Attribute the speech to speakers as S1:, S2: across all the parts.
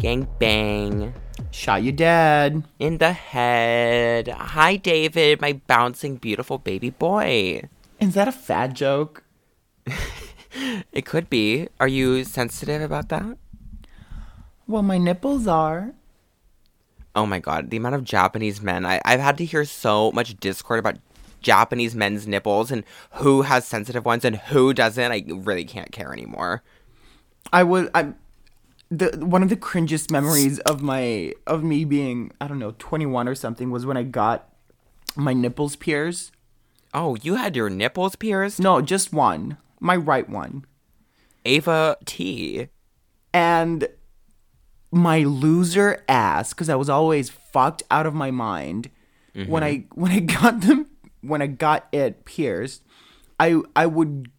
S1: Gang bang.
S2: Shot you dead.
S1: In the head. Hi, David, my bouncing, beautiful baby boy.
S2: Is that a fat joke?
S1: It could be. Are you sensitive about that?
S2: Well, my nipples are.
S1: Oh my god, the amount of Japanese men. I, I've had to hear so much discord about Japanese men's nipples and who has sensitive ones and who doesn't. I really can't care anymore.
S2: I was I the one of the cringiest memories of my of me being I don't know 21 or something was when I got my nipples pierced.
S1: Oh, you had your nipples pierced?
S2: No, just one, my right one,
S1: Ava T.
S2: and my loser ass because I was always fucked out of my mind when I
S1: Mm-hmm.
S2: when I got them when I got it pierced. I I would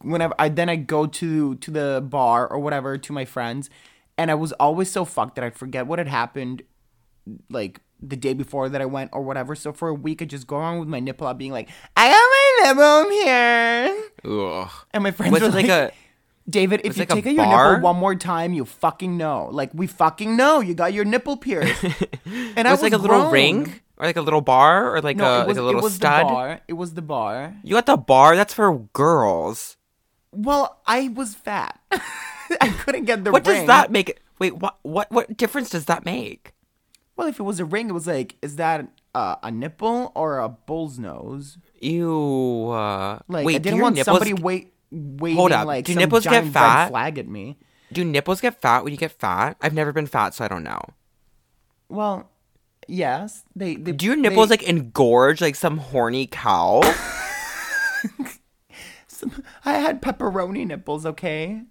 S2: whenever I then I go to to the bar or whatever to my friends, and I was always so fucked that I forget what had happened, like the day before that I went or whatever. So for a week I just go around with my nipple out being like, I got my nipple here,
S1: Ugh.
S2: and my friends
S1: Was
S2: were
S1: it like a
S2: David, if you
S1: like a
S2: take out your
S1: bar?
S2: nipple one more time, you fucking know. Like we fucking know you got your nipple pierced. And I
S1: was it like a little
S2: grown.
S1: ring? Or like a little bar or like
S2: No,
S1: a
S2: it was,
S1: like a little
S2: it was
S1: stud?
S2: the bar. It was the bar.
S1: You got the bar? That's for girls.
S2: Well, I was fat. I couldn't get the
S1: What
S2: ring.
S1: does that make? Wait, what what what difference does that make?
S2: Well, if it was a ring, it was like, is that uh, a nipple or a bull's nose?
S1: Ew. Uh,
S2: Like
S1: wait,
S2: I
S1: do
S2: didn't
S1: your
S2: want
S1: nipples,
S2: somebody wait waiting
S1: up.
S2: like
S1: Do
S2: some
S1: nipples get
S2: giant red
S1: fat?
S2: flag at me.
S1: Do nipples get fat when you get fat? I've never been fat, so I don't know.
S2: Well, yes, they. they
S1: Do your nipples
S2: they-
S1: like engorge like some horny cow?
S2: I had pepperoni nipples. Okay.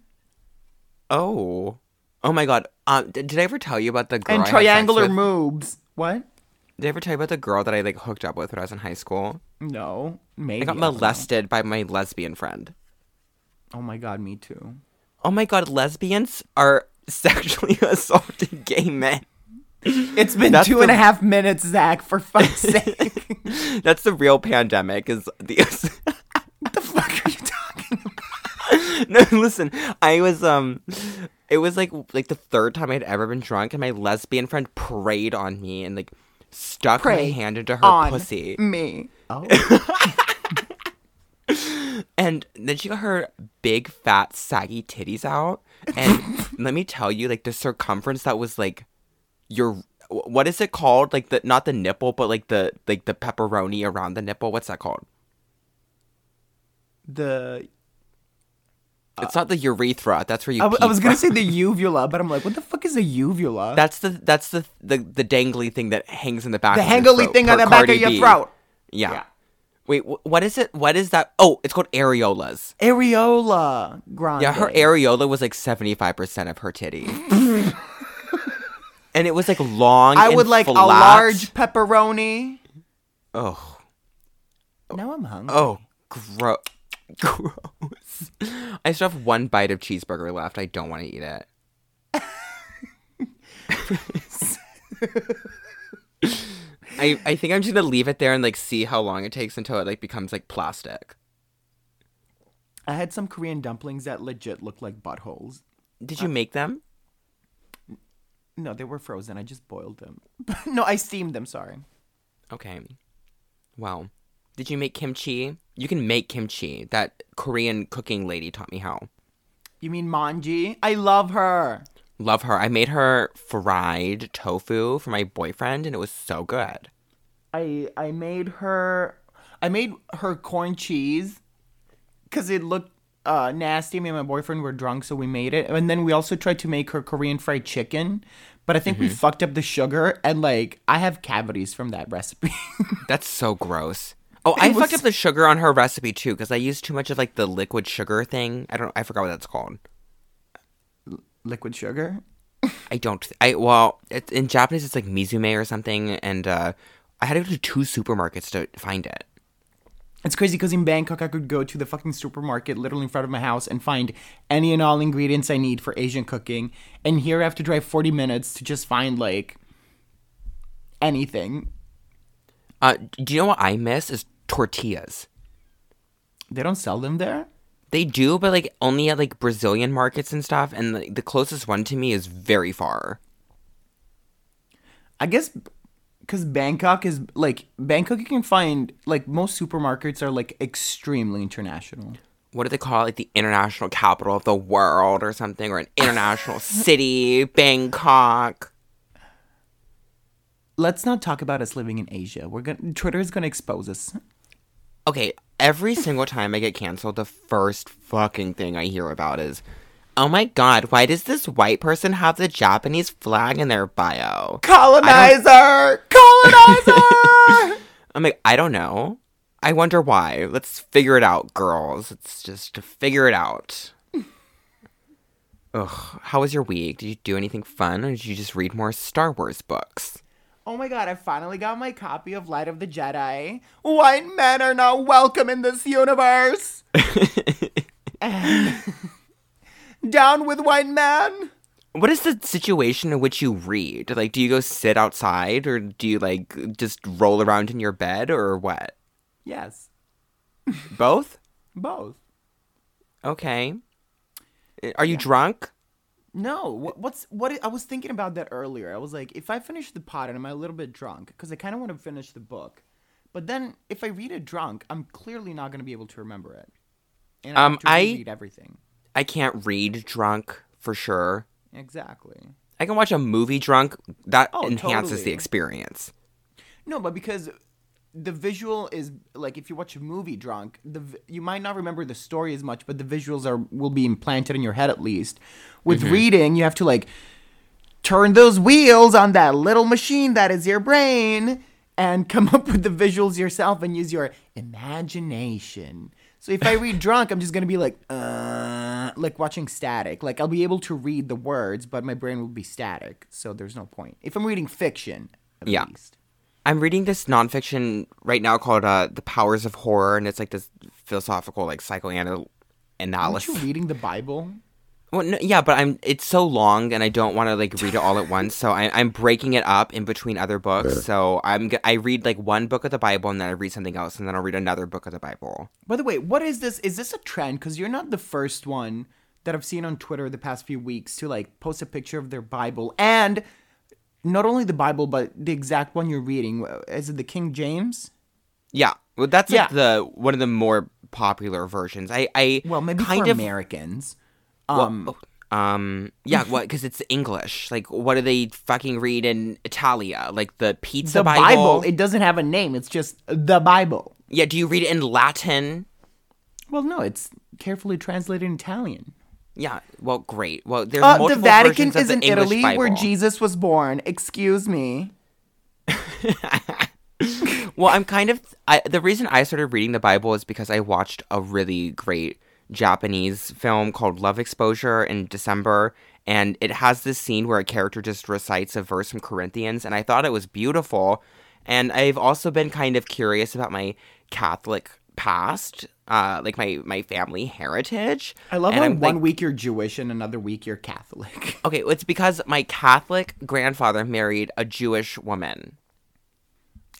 S1: oh. Oh my god. Um, d- did I ever tell you about the girl? I
S2: And
S1: had sex
S2: triangular
S1: with?
S2: moobs. What?
S1: Did I ever tell you about the girl that I like hooked up with when I was in high school?
S2: No, maybe.
S1: I got
S2: don't know.
S1: molested by my lesbian friend.
S2: Oh my god, me too.
S1: Oh my god, lesbians are sexually assaulting gay men.
S2: It's been
S1: That's
S2: two and
S1: the-
S2: a half minutes, Zach. For fuck's sake, what
S1: That's the real pandemic. Is the
S2: the fuck are you talking? about?
S1: no? Listen, I was um, it was like like the third time I'd ever been drunk, and my lesbian friend preyed on me and like stuck
S2: Prey
S1: my hand into her
S2: On
S1: pussy,
S2: me. Oh,
S1: and then she got her big fat saggy titties out, and let me tell you, like the circumference that was like your wh- what is it called? Like the not the nipple, but like the like the pepperoni around the nipple. What's that called?
S2: the
S1: It's not the urethra. That's where you.
S2: Uh, I, w- I
S1: pee
S2: was gonna
S1: from.
S2: say the uvula, but I'm like, what the fuck is a uvula?
S1: That's the that's the the the dangly thing that hangs in the back.
S2: the
S1: of your
S2: hangly
S1: throat,
S2: thing on
S1: per
S2: the back
S1: Cardi
S2: of your
S1: B.
S2: throat.
S1: Yeah.
S2: Yeah.
S1: Wait, wh- what is it? What is that? Oh, it's called areolas.
S2: Areola grande.
S1: Yeah, her areola was like seventy five percent of her titty, and it was like long.
S2: I
S1: and
S2: would like a
S1: flat.
S2: large pepperoni.
S1: Oh,
S2: Now I'm hungry.
S1: oh, gross, gross. I still have one bite of cheeseburger left. I don't want to eat it. I, I think I'm just gonna leave it there and like see how long it takes until it like becomes like plastic.
S2: I had some Korean dumplings that legit looked like buttholes.
S1: Did you make them?
S2: No, they were frozen. I just boiled them. no, I steamed them. Sorry.
S1: Okay. Well, did you make kimchi? You can make kimchi. That Korean cooking lady taught me how.
S2: You mean Manji? I love her.
S1: Love her. I made her fried tofu for my boyfriend and it was so good.
S2: I I made her I made her corn cheese cuz it looked uh, nasty. Me and my boyfriend were drunk, so we made it. And then we also tried to make her Korean fried chicken, but I think we fucked up the sugar and like I have cavities from that recipe.
S1: That's so gross. Oh, I fucked
S2: was-
S1: up the sugar on her recipe too because I used too much of like the liquid sugar thing. I don't. I forgot what that's called.
S2: Liquid sugar?
S1: I don't. I well, it, in Japanese it's like mizume or something, and uh, I had to go to two supermarkets to find it.
S2: It's crazy because in Bangkok, I could go to the fucking supermarket literally in front of my house and find any and all ingredients I need for Asian cooking. And here I have to drive 40 minutes to just find like anything.
S1: Uh, do you know what I miss is tortillas.
S2: They don't sell them there?
S1: They do, but like only at like Brazilian markets and stuff, and like, the closest one to me is very far.
S2: I guess because Bangkok is like Bangkok, you can find like most supermarkets are like extremely international.
S1: What do they call it? Like the international capital of the world or something, or an international city, Bangkok.
S2: Let's not talk about us living in Asia. We're gonna Twitter is gonna expose us.
S1: Okay, every single time I get canceled, the first fucking thing I hear about is, oh my god, why does this white person have the Japanese flag in their bio?
S2: Colonizer, colonizer.
S1: I'm like, I don't know. I wonder why. Let's figure it out, girls. Let's just figure it out. Ugh. How was your week? Did you do anything fun or did you just read more Star Wars books?
S2: Oh my god, I finally got my copy of Light of the Jedi. White men are not welcome in this universe. Down with white men.
S1: What is the situation in which you read? Like, do you go sit outside or do you, like, just roll around in your bed or what?
S2: Yes,
S1: Both?
S2: both.
S1: Okay. Are you drunk?
S2: No, what, what's what? I was thinking about that earlier. I was like, if I finish the pot and I'm a little bit drunk, because I kind of want to finish the book, but then if I read it drunk, I'm clearly not going to be able to remember it. And I
S1: Um,
S2: have to
S1: I-
S2: read everything.
S1: I can't read drunk for sure.
S2: Exactly.
S1: I can watch a movie drunk. That
S2: Oh,
S1: enhances
S2: totally.
S1: the experience.
S2: No, but because the visual is like if you watch a movie drunk, the vi- you might not remember the story as much, but the visuals are will be implanted in your head at least. With reading, you have to like turn those wheels on that little machine that is your brain and come up with the visuals yourself and use your imagination. So if I read drunk, I'm just going to be like uh like watching static. Like I'll be able to read the words, but my brain will be static. So there's no point. If I'm reading fiction, at
S1: Yeah.
S2: least.
S1: I'm reading this nonfiction right now called uh, "The Powers of Horror," and it's like this philosophical, like psychoanalysis.
S2: Aren't you reading the Bible?
S1: Well, no, yeah, but I'm. It's so long, and I don't want to like read it all at once. So I, I'm breaking it up in between other books. So I'm. g- I read like one book of the Bible, and then I read something else, and then I'll read another book of the Bible.
S2: By the way, what is this? Is this a trend? Because you're not the first one that I've seen on Twitter the past few weeks to like post a picture of their Bible and not only the Bible, but the exact one you're reading. Is it the King James?
S1: Yeah, well, that's like
S2: Yeah.
S1: the one of the more popular versions. I, I
S2: Well, maybe
S1: kind
S2: for
S1: of
S2: Americans. Um,
S1: Um, yeah, what? Because it's English. Like, what do they fucking read in Italia? Like the pizza
S2: the Bible.
S1: Bible.
S2: it doesn't have a name. It's just the Bible.
S1: yeah, do you read it in Latin?
S2: Well, no, it's carefully translated in Italian.
S1: Yeah. Well, great. Well, there's
S2: Uh, the
S1: multiple
S2: Vatican
S1: versions of
S2: is
S1: the
S2: in
S1: English
S2: Italy
S1: Bible.
S2: where Jesus was born. Excuse me.
S1: Well, I'm kind of I, the reason I started reading the Bible is because I watched a really great Japanese film called Love Exposure in December, and it has this scene where a character just recites a verse from Corinthians, and I thought it was beautiful. And I've also been kind of curious about my Catholic past, uh, like my my family heritage.
S2: I love
S1: and
S2: how
S1: I'm, like,
S2: one week you're Jewish and another week you're Catholic.
S1: Okay, it's because my Catholic grandfather married a Jewish woman.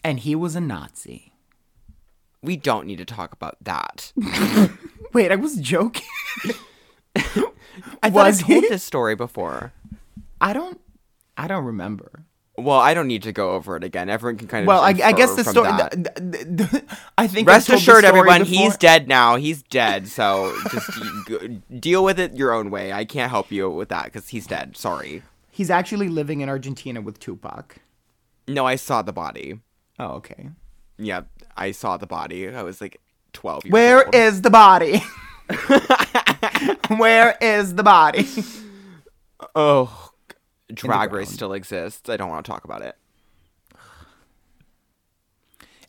S2: and he was a Nazi.
S1: We don't need to talk about that.
S2: Wait, I was joking.
S1: I thought
S2: Was
S1: I told
S2: he?
S1: this story before.
S2: I don't I don't remember.
S1: Well, I don't need to go over it again. Everyone can kind of.
S2: Well, I, I guess
S1: infer
S2: the
S1: from
S2: story.
S1: that.
S2: th- th- th- th- I think. I
S1: Rest
S2: told the
S1: assured,
S2: story
S1: everyone,
S2: before.
S1: he's dead now. He's dead. So just g- deal with it your own way. I can't help you with that because he's dead. Sorry.
S2: He's actually living in Argentina with Tupac.
S1: No, I saw the body.
S2: Oh, okay.
S1: Yeah, I saw the body. I was like twelve. Years
S2: Where
S1: old.
S2: is the body? Where is the body?
S1: Oh, Drag Race
S2: ground.
S1: still exists. I don't want to talk about it.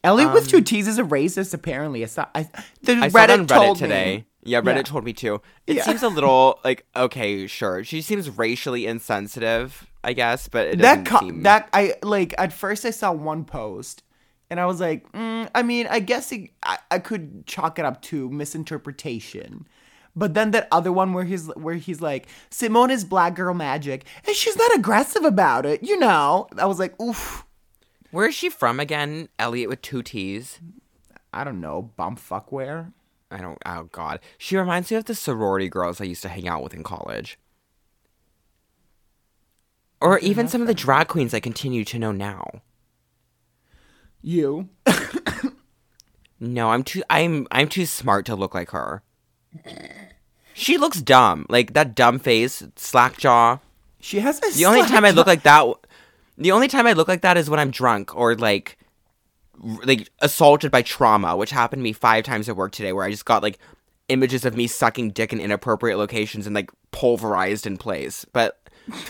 S2: Ellie with two T's is a racist. Apparently, I saw. Um, I, the
S1: I saw
S2: Reddit,
S1: that on Reddit
S2: told
S1: today.
S2: Me.
S1: Yeah, Reddit
S2: Yeah.
S1: told me too. It
S2: Yeah.
S1: seems a little like okay, sure. She seems racially insensitive, I guess, but it doesn't
S2: that co-
S1: seem...
S2: that I like at first I saw one post and I was like, mm, I mean, I guess it, I I could chalk it up to misinterpretation. But then that other one where he's where he's like, Simone is black girl magic, and she's not aggressive about it, you know. I was like, oof,
S1: Where is she from again? Elliot with two T's.
S2: I don't know, bumfuck where.
S1: I don't. Oh God, she reminds me of the sorority girls I used to hang out with in college. or even some of the drag queens I continue to know now.
S2: You.
S1: No, I'm too I'm I'm too smart to look like her. She looks dumb. Like that dumb face, slack jaw.
S2: She has a
S1: The only time I look like that the only time I look like that is when I'm drunk or like r- like assaulted by trauma, which happened to me 5 times at work today where I just got like images of me sucking dick in inappropriate locations and like pulverized in place. But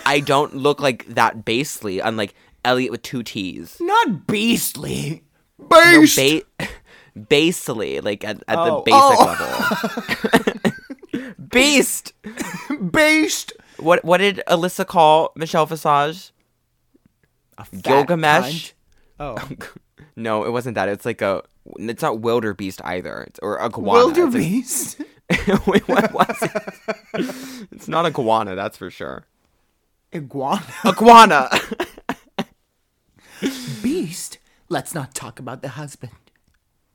S1: I don't look like that basely, unlike Elliot with two T's.
S2: not beastly.
S1: No,
S2: Beast.
S1: ba- basely, like at, at
S2: Oh.
S1: the basic level. Beast.
S2: Beast.
S1: What what did Alyssa call Michelle Visage?
S2: A fat
S1: Gilgamesh.
S2: cunt. Oh.
S1: No, it wasn't that. It's like a. It's not wildebeest either, it's, or a guana. It's a-
S2: Wildebeest.
S1: Wait, what was it? it's not a guana, that's for sure.
S2: Iguana.
S1: Iguana.
S2: Beast. Let's not talk about the husband.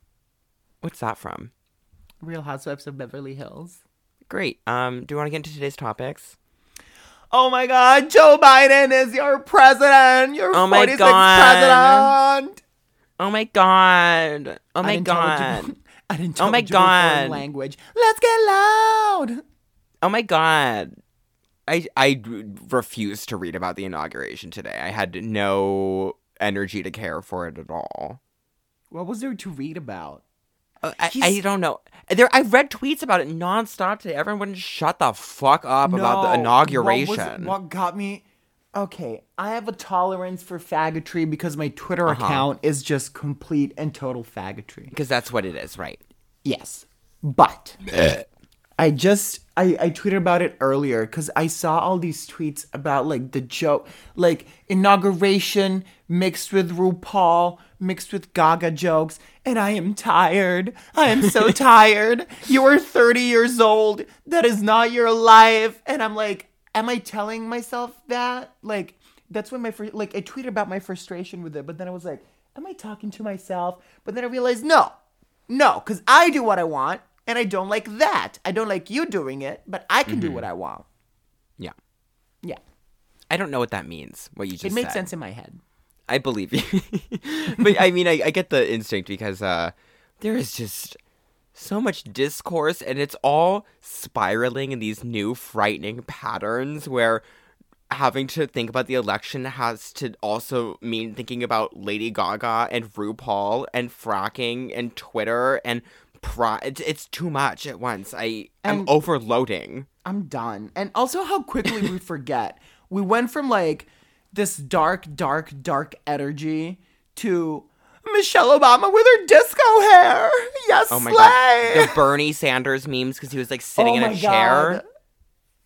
S1: What's that from?
S2: Real Housewives of Beverly Hills.
S1: Great. Um, do you want to get into today's topics?
S2: Oh my God, Joe Biden is your president. Your
S1: Oh my
S2: 46th
S1: God.
S2: president.
S1: Oh my god. Oh my god.
S2: Unintelligible- unintelligible
S1: Oh my
S2: foreign
S1: God.
S2: Language. Let's get loud.
S1: Oh my god. I I refused to read about the inauguration today. I had no energy to care for it at all.
S2: What was there to read about?
S1: Uh, I, I
S2: He's-
S1: don't know. There I read tweets about it nonstop today. Everyone wouldn't shut the fuck up about
S2: No,
S1: the inauguration.
S2: What, was- what got me? Okay, I have a tolerance for faggotry because my Twitter
S1: Uh-huh.
S2: account is just complete and total faggotry.
S1: because that's what it is, right?
S2: Yes, but I just I I tweeted about it earlier because I saw all these tweets about like the joke, like inauguration mixed with RuPaul mixed with Gaga jokes, and I am tired. I am so tired. You are thirty years old. That is not your life. And I'm like, am I telling myself that? Like that's when my fr- like I tweeted about my frustration with it, but then I was like, am I talking to myself? But then I realized no, no, because I do what I want and I don't like that. I don't like you doing it, but I can do what
S1: Mm-hmm.
S2: I want.
S1: Yeah.
S2: Yeah.
S1: I don't know what that means. What you just
S2: It made
S1: said.
S2: sense in my head.
S1: I believe you. but I mean, I, I get the instinct because uh, there is just so much discourse, and it's all spiraling in these new frightening patterns where having to think about the election has to also mean thinking about Lady Gaga and RuPaul and fracking and Twitter and pro. It's, it's too much at once. I am
S2: And-
S1: overloading.
S2: I'm done. And also how quickly we forget. We went from like this dark, dark, dark energy to Michelle Obama with her disco hair. Yes,
S1: Oh my
S2: slay.
S1: god, the Bernie Sanders memes because he was like sitting
S2: Oh
S1: in
S2: my
S1: a chair.
S2: God.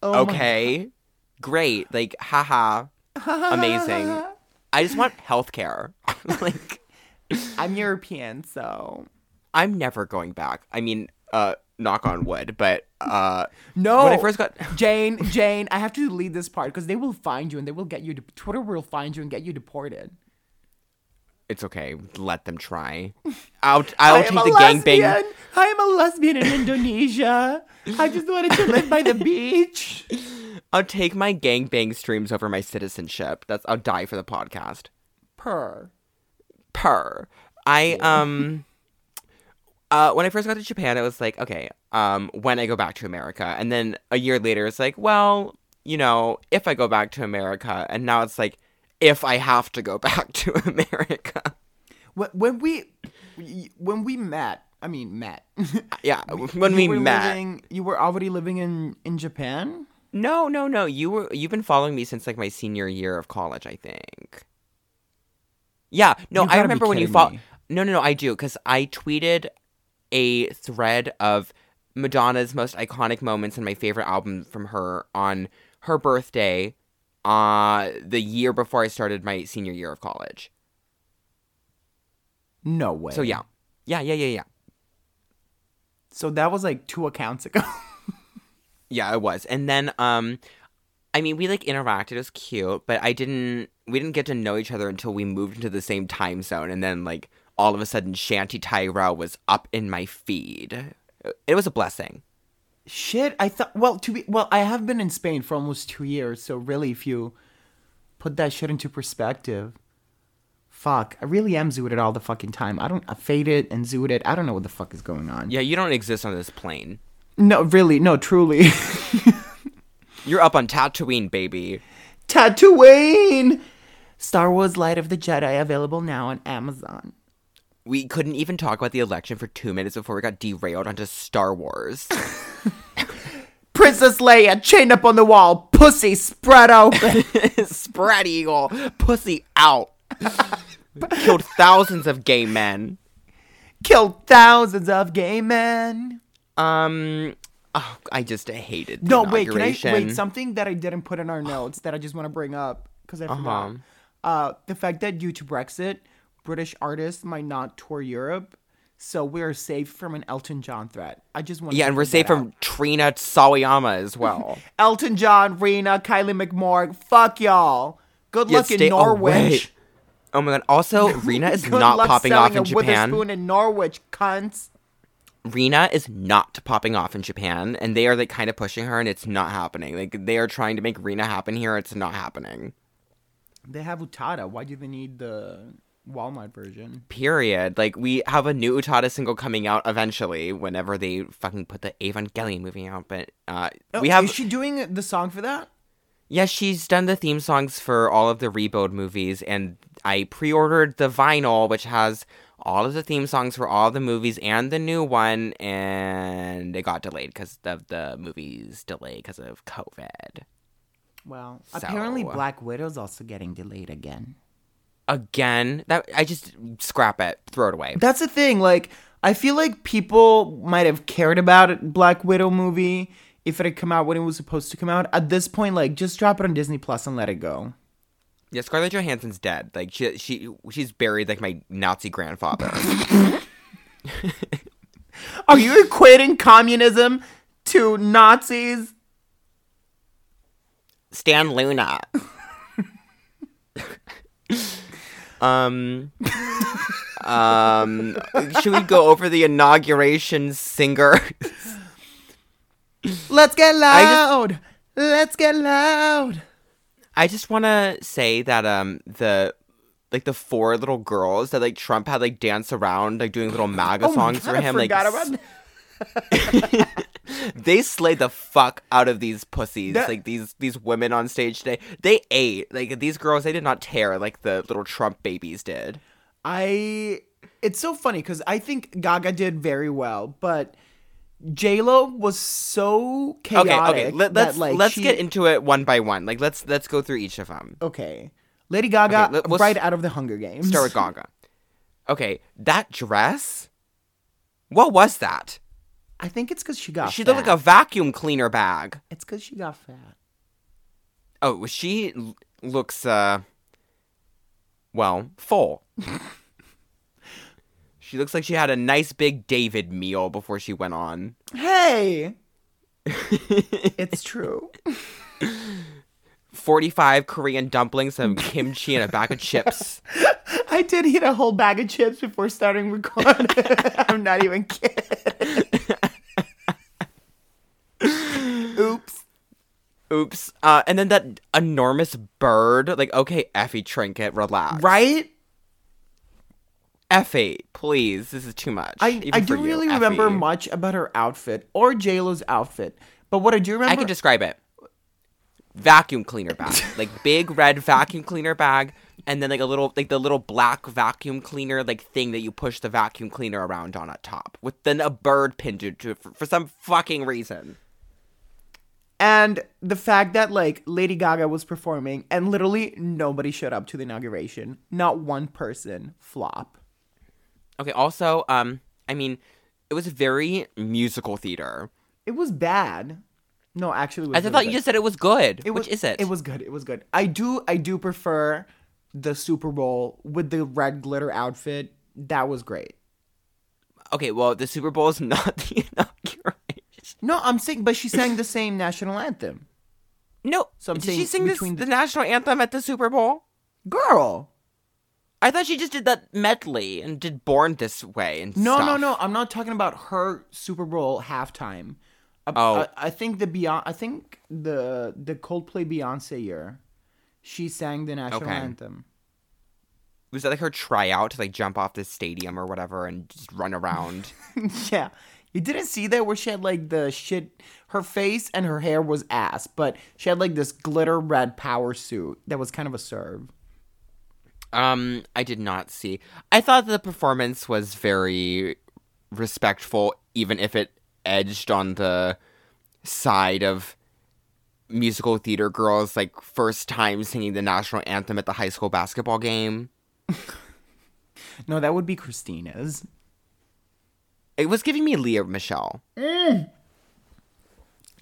S2: Oh my-
S1: okay great like haha amazing i just want healthcare like
S2: I'm European, so
S1: i'm never going back i mean uh knock on wood but uh
S2: no.
S1: when i first got
S2: Jane, Jane, I have to delete this part because they will find you and they will get you. De- Twitter will find you and get you deported.
S1: it's okay let them try i'll i'll take the gangbang
S2: I am a lesbian in Indonesia. I just wanted to live by the beach.
S1: i'll take my gangbang streams over my citizenship that's i'll die for the podcast
S2: Per.
S1: per. I um uh when I first got to Japan, it was like, okay, um when I go back to America. And then a year later it's like, well, you know, if I go back to America. And now it's like if I have to go back to America.
S2: When, when we when we met, I mean met.
S1: Yeah, when we
S2: You were
S1: met.
S2: living- you were already living in in Japan.
S1: No, no, no. You were you've been following me since like my senior year of college, I think. Yeah, no,
S2: You
S1: I
S2: gotta be
S1: remember when you
S2: kidding
S1: follow.
S2: me.
S1: No, no, no, I do because I tweeted a thread of Madonna's most iconic moments and my favorite album from her on her birthday, uh, the year before I started my senior year of college.
S2: No way.
S1: So yeah, yeah, yeah, yeah, yeah,
S2: So that was like two accounts ago.
S1: yeah. It was, and then um, I mean, we like interacted. It was cute, but I didn't. We didn't get to know each other until we moved into the same time zone, and then like all of a sudden, Shanty Tyrell was up in my feed. It was a blessing.
S2: Shit, I thought. Well, to be well, I have been in Spain for almost two years. So really, if you Put that shit into perspective. Fuck, I really am zooted all the fucking time. I don't I fade it and zoot it. I don't know what the fuck is going on.
S1: Yeah, you don't exist on this plane.
S2: No, really, no, truly.
S1: You're up on Tatooine, baby.
S2: Tatooine! Star Wars Light of the Jedi available now on Amazon.
S1: We couldn't even talk about the election for two minutes before we got derailed onto Star Wars.
S2: Princess Leia, chained up on the wall, pussy spread open.
S1: Spread eagle, pussy out. Killed thousands of gay men.
S2: Killed thousands of gay men.
S1: Um, oh, I just hated. The
S2: No, wait, can I
S1: inauguration.
S2: wait something that I didn't put in our notes that I just want to bring up because I forgot.
S1: Uh-huh.
S2: Uh, the fact that due to Brexit, British artists might not tour Europe, so we are safe from an Elton John threat. I just want
S1: Yeah, and we're safe from Trina Sawayama as well.
S2: Elton John, Rena, Kylie McMorg. Fuck y'all. Good
S1: Yeah,
S2: luck
S1: stay
S2: in Norwich.
S1: away. Oh my god. Also, Rena is
S2: Good
S1: not
S2: luck
S1: popping off
S2: selling
S1: in
S2: a Witherspoon
S1: Japan.
S2: in Norwich, cunts.
S1: Rena is not popping off in Japan, and they are like kind of pushing her, and it's not happening. Like they are trying to make Rena happen here, it's not happening.
S2: They have Utada. Why do they need the Walmart version?
S1: Period. Like we have a new Utada single coming out eventually, whenever they fucking put the Evangelion movie out. But uh, we have
S2: Is she doing the song for that?
S1: yeah, she's done the theme songs for all of the Rebuild movies, and I pre-ordered the vinyl, which has all of the theme songs for all the movies and the new one, and it got delayed because of the movie's delay because of COVID.
S2: Well,
S1: So-
S2: apparently Black Widow's also getting delayed again.
S1: Again, that I just scrap it, throw it away.
S2: That's the thing. Like, I feel like people might have cared about it, Black Widow movie if it had come out when it was supposed to come out. At this point, like, just drop it on Disney Plus and let it go.
S1: Yeah, Scarlett Johansson's dead. Like she she she's buried like my Nazi grandfather.
S2: Are you equating communism to Nazis?
S1: Stan Luna. um, um, should we go over the inauguration singer?
S2: Let's get
S1: just-
S2: loud. Let's get loud.
S1: I just want to say that um the like the four little girls that like Trump had like dance around like doing little
S2: Oh
S1: MAGA songs for him like
S2: forgot
S1: s-
S2: about
S1: they slayed the fuck out of these pussies
S2: That-
S1: like these these women on stage today they ate like these girls they did not tear like the little Trump babies did
S2: I. It's so funny because I think Gaga did very well, but J Lo was so chaotic.
S1: okay okay let,
S2: that,
S1: let's
S2: like,
S1: let's
S2: she-
S1: get into it one by one like let's let's go through each of them
S2: Okay, Lady Gaga,
S1: Okay, let- we'll
S2: right
S1: s-
S2: out of the Hunger Games.
S1: start with gaga okay that dress what was that
S2: I think it's because she got.
S1: she
S2: fat.
S1: looked like a vacuum cleaner bag
S2: It's because she got fat.
S1: oh she l- looks uh well full she looks like she had a nice big david meal before she went on
S2: Hey, it's true.
S1: 45 Korean dumplings, some kimchi, and a bag of chips.
S2: I did eat a whole bag of chips before starting recording. I'm not even kidding. Oops.
S1: Oops. Uh, and then that enormous bird. Like, okay, Effie Trinket, relax.
S2: Right?
S1: Effie, please. This is too much.
S2: I,
S1: Even
S2: I
S1: for
S2: don't
S1: you, E.
S2: really remember
S1: Effie.
S2: much about her outfit or JLo's outfit, but what I do remember
S1: I can describe it. Vacuum cleaner bag. like, big red vacuum cleaner bag. And then, like, a little, like, the little black vacuum cleaner, like, thing that you push the vacuum cleaner around on at top. With then a bird pinned to it for, for some fucking reason.
S2: and the fact that like Lady Gaga was performing and literally nobody showed up to the inauguration. Not one person. Flop.
S1: Okay, also, um, I mean, it was very musical theater.
S2: It was bad. No, actually, it was
S1: As I
S2: really
S1: thought
S2: bad.
S1: you just said it was good.
S2: It
S1: which
S2: was,
S1: is it?
S2: It was good. It was good. I do I do prefer the Super Bowl with the red glitter outfit. That was great.
S1: okay, well, the Super Bowl is not the inauguration.
S2: No, I'm saying but she sang the same national anthem.
S1: No,
S2: So I'm
S1: did
S2: saying
S1: she sing this,
S2: between
S1: the
S2: the-
S1: national anthem at the Super Bowl?
S2: Girl.
S1: I thought she just did that medley and did Born This Way and
S2: No,
S1: stuff.
S2: no, no. I'm not talking about her Super Bowl halftime. I,
S1: Oh.
S2: I, I think the Beyonce, I think the the Coldplay Beyonce year. She sang the national
S1: Okay.
S2: anthem.
S1: Was that like her tryout to like jump off the stadium or whatever and just run around?
S2: yeah. You didn't see that where she had like the shit her face and her hair was ass, but she had like this glitter red power suit that was kind of a serve.
S1: um, I did not see. I thought the performance was very respectful, even if it edged on the side of musical theater girls like first time singing the national anthem at the high school basketball game.
S2: No, that would be Christina's.
S1: It was giving me Leah Michelle.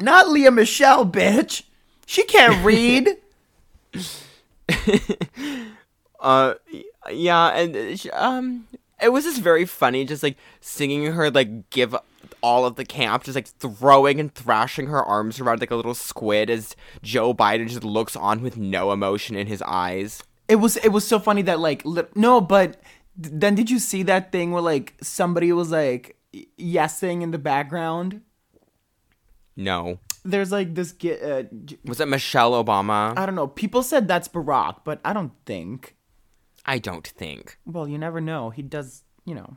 S2: Not Leah Michelle, bitch. She can't read.
S1: uh yeah and uh, sh- um it was just very funny just like singing her like give all of the camp just like throwing and thrashing her arms around like a little squid as joe biden just looks on with no emotion in his eyes
S2: It was it was so funny that like li- no, but th- then did you see that thing where like somebody was like y- yesing in the background?
S1: no
S2: There's like this get uh, j-
S1: was it michelle obama
S2: I don't know. People said that's Barack, but I don't think.
S1: i don't think
S2: Well, you never know. He does, you know,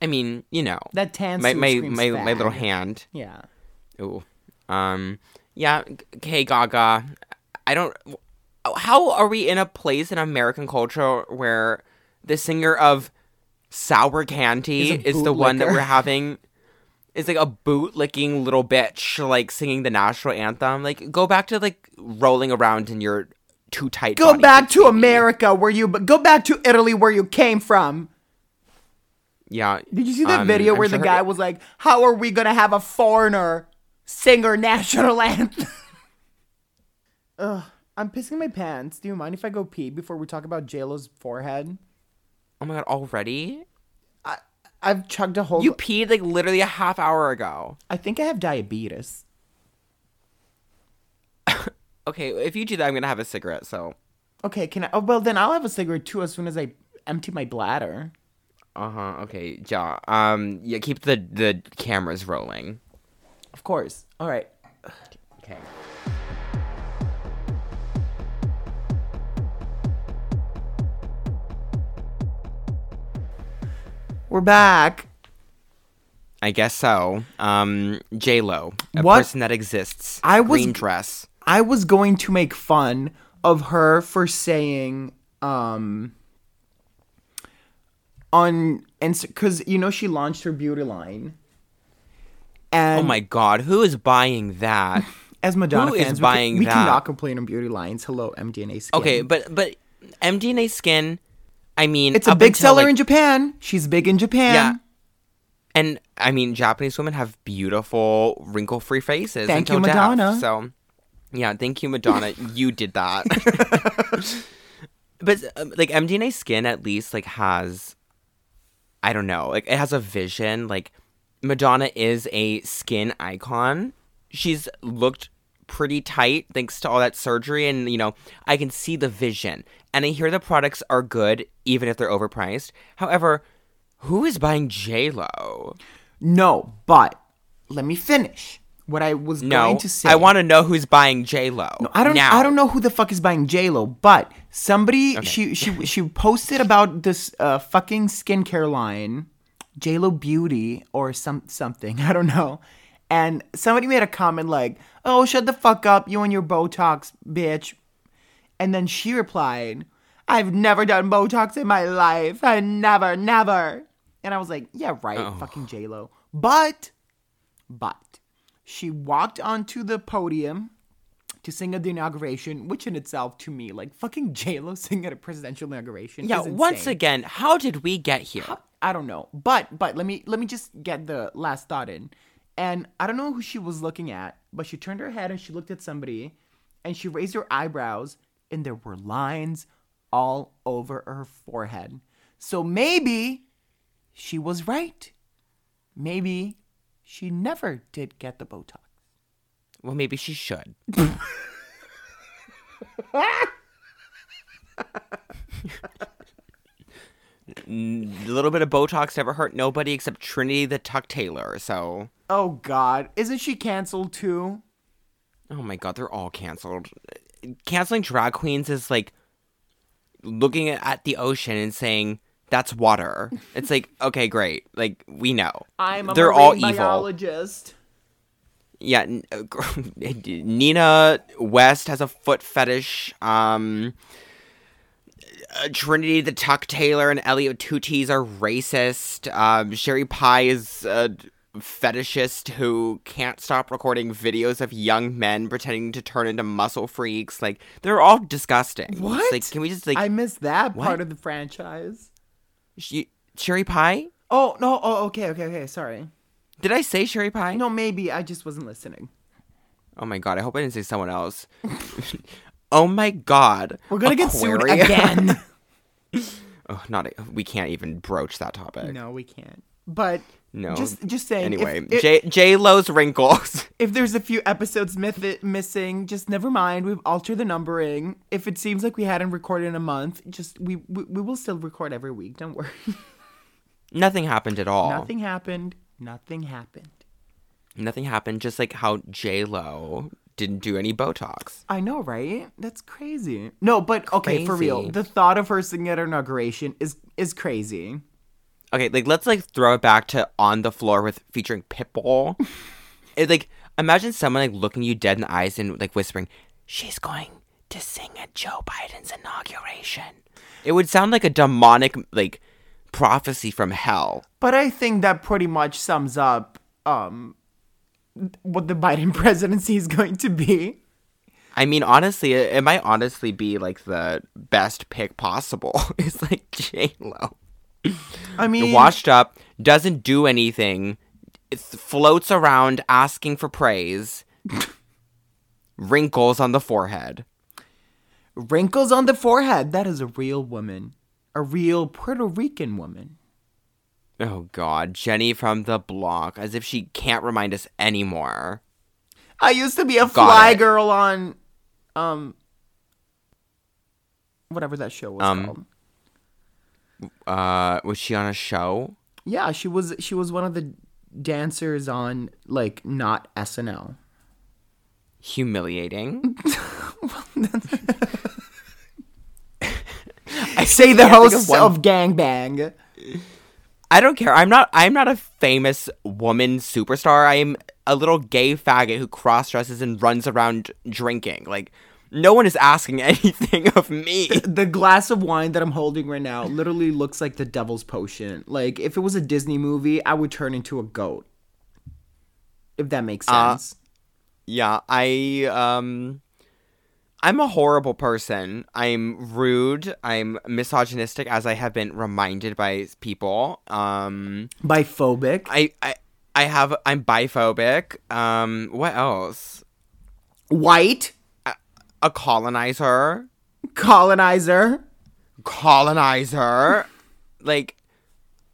S1: i mean you know
S2: that tan
S1: my
S2: suit
S1: my
S2: screams
S1: my, my little
S2: fag.
S1: hand
S2: Yeah.
S1: Ooh. Um. Yeah. g- Hey, Gaga. I don't. How are we in a place in American culture where the singer of Sour Candy
S2: Is a
S1: is the one that
S2: bootlicker.
S1: we're having? Is like a bootlicking little bitch, like singing the national anthem. Like, go back to like rolling around in your too tight.
S2: Go
S1: body
S2: back
S1: suits,
S2: to
S1: baby.
S2: America where you but go back to Italy where you came from.
S1: Yeah.
S2: Did you see that
S1: um,
S2: video
S1: I'm
S2: where the
S1: sure-
S2: guy was like, "How are we gonna have a foreigner sing our national anthem?" Ugh, I'm pissing my pants. Do you mind if I go pee before we talk about JLo's forehead?
S1: Oh my god! Already?
S2: I I've chugged a whole.
S1: You peed like literally a half hour ago.
S2: I think I have diabetes.
S1: Okay, if you do that, I'm gonna have a cigarette. So.
S2: Okay, can I? Oh well, then I'll have a cigarette too as soon as I empty my bladder.
S1: Uh huh. Okay. Yeah. Um. Yeah. Keep the the cameras rolling.
S2: Of course. All right.
S1: Okay.
S2: We're back.
S1: I guess so. Um. J Lo, a
S2: What?
S1: person that exists.
S2: I was-
S1: green dress.
S2: I was going to make fun of her for saying um on and cuz you know she launched her beauty line. And
S1: Oh my God! Who is buying that?
S2: as Madonna
S1: Oh, who is
S2: fans,
S1: buying
S2: we, can, we
S1: that?
S2: cannot complain on beauty lines. Hello MDNA skin.
S1: okay, but but MDNA skin. I mean,
S2: it's a
S1: up
S2: big
S1: until,
S2: seller
S1: like-
S2: in Japan. She's big in Japan.
S1: Yeah. And I mean, Japanese women have beautiful wrinkle-free faces.
S2: Thank you,
S1: until death,
S2: Madonna.
S1: so, yeah, thank you, Madonna. you did that. but um, like MDNA skin, at least like has, I don't know, like it has a vision. Like Madonna is a skin icon. She's looked pretty tight thanks to all that surgery, and you know I can see the vision. And I hear the products are good, even if they're overpriced. However. Who is buying J Lo?
S2: No, but let me finish. What I was
S1: No,
S2: going to say
S1: I want to know who's buying J Lo.
S2: I don't I don't know who the fuck is buying JLo, but somebody she she she posted about this uh fucking skincare line, JLo Beauty or some something, I don't know. And somebody made a comment like, "Oh, shut the fuck up, you and your Botox, bitch." And then she replied, "I've never done Botox in my life. I never, never." And I was like, "Yeah, right, fucking JLo." But but she walked onto the podium to sing at the inauguration, which in itself to me, like fucking JLo singing at a presidential inauguration.
S1: Yeah,
S2: is
S1: once
S2: insane.
S1: again, how did we get here?
S2: I don't know. But but let me let me just get the last thought in. And I don't know who she was looking at, but she turned her head and she looked at somebody and she raised her eyebrows and there were lines all over her forehead. So maybe she was right. Maybe she never did get the Botox.
S1: Well, maybe she should. N- A little bit of Botox never hurt nobody except Trinity the Tuck Taylor. So,
S2: Oh God, isn't she canceled too?
S1: oh my God, they're all canceled. canceling drag queens is like looking at the ocean and saying that's water. It's like okay, great. Like we know.
S2: I'm a
S1: They're
S2: marine
S1: all evil.
S2: biologist.
S1: Yeah, n- uh, Nina West has a foot fetish. Um, uh, Trinity the Tuck Taylor and Elliot Tooties are racist. Um, Sherry Pie is a fetishist who can't stop recording videos of young men pretending to turn into muscle freaks. Like they're all disgusting. It's
S2: What?
S1: like, can we just like
S2: I miss that
S1: What?
S2: part of the franchise.
S1: she- Sherry Pie?
S2: Oh no! Oh okay, okay, okay. Sorry.
S1: Did I say Sherry Pie?
S2: No, maybe I just wasn't listening.
S1: Oh my god! I hope I didn't say someone else. oh my god!
S2: We're gonna get sued
S1: Aquaria.
S2: again.
S1: Oh, not we can't even broach that topic.
S2: no, we can't. But
S1: No.
S2: just just saying.
S1: Anyway,
S2: if, if,
S1: J J Lo's wrinkles.
S2: if there's a few episodes myth- missing, just never mind. We've altered the numbering. If it seems like we hadn't recorded in a month, just we we, we will still record every week. Don't worry.
S1: Nothing happened at all.
S2: Nothing happened. Nothing happened.
S1: Nothing happened. Just like how J Lo didn't do any Botox.
S2: I know, right? That's crazy. No, but okay, for real.
S1: Crazy.
S2: The thought of her singing at her inauguration is is crazy.
S1: Okay, like let's like throw it back to on the floor with featuring Pitbull. it like imagine someone like looking you dead in the eyes and like whispering, "She's going to sing at Joe Biden's inauguration." It would sound like a demonic like prophecy from hell.
S2: But I think that pretty much sums up um what the Biden presidency is going to be.
S1: I mean, honestly, it, it might honestly be like the best pick possible. it's like J Lo,
S2: I mean,
S1: washed up, doesn't do anything, it floats around asking for praise, wrinkles on the forehead.
S2: wrinkles on the forehead. That is a real woman, a real Puerto Rican woman.
S1: Oh God, Jenny from the block, as if she can't remind us anymore.
S2: I used to be a fly
S1: it.
S2: girl on um whatever that show was
S1: Um,
S2: called.
S1: Uh, was she on a show?
S2: Yeah, she was she was one of the dancers on like not SNL.
S1: Humiliating.
S2: I say the
S1: think of
S2: hosts
S1: one-
S2: of Gangbang.
S1: I don't care. I'm not. I'm not a famous woman superstar. I'm a little gay faggot who cross dresses and runs around drinking. Like, no one is asking anything of me.
S2: The glass of wine that I'm holding right now literally looks like the devil's potion. Like if it was a Disney movie, I would turn into a goat. If that makes sense.
S1: yeah, I um, I'm a horrible person. I'm rude. I'm misogynistic, as I have been reminded by people. Um,
S2: Biphobic.
S1: I I I have. I'm biphobic. Um, what else?
S2: White.
S1: A colonizer.
S2: Colonizer.
S1: colonizer. like,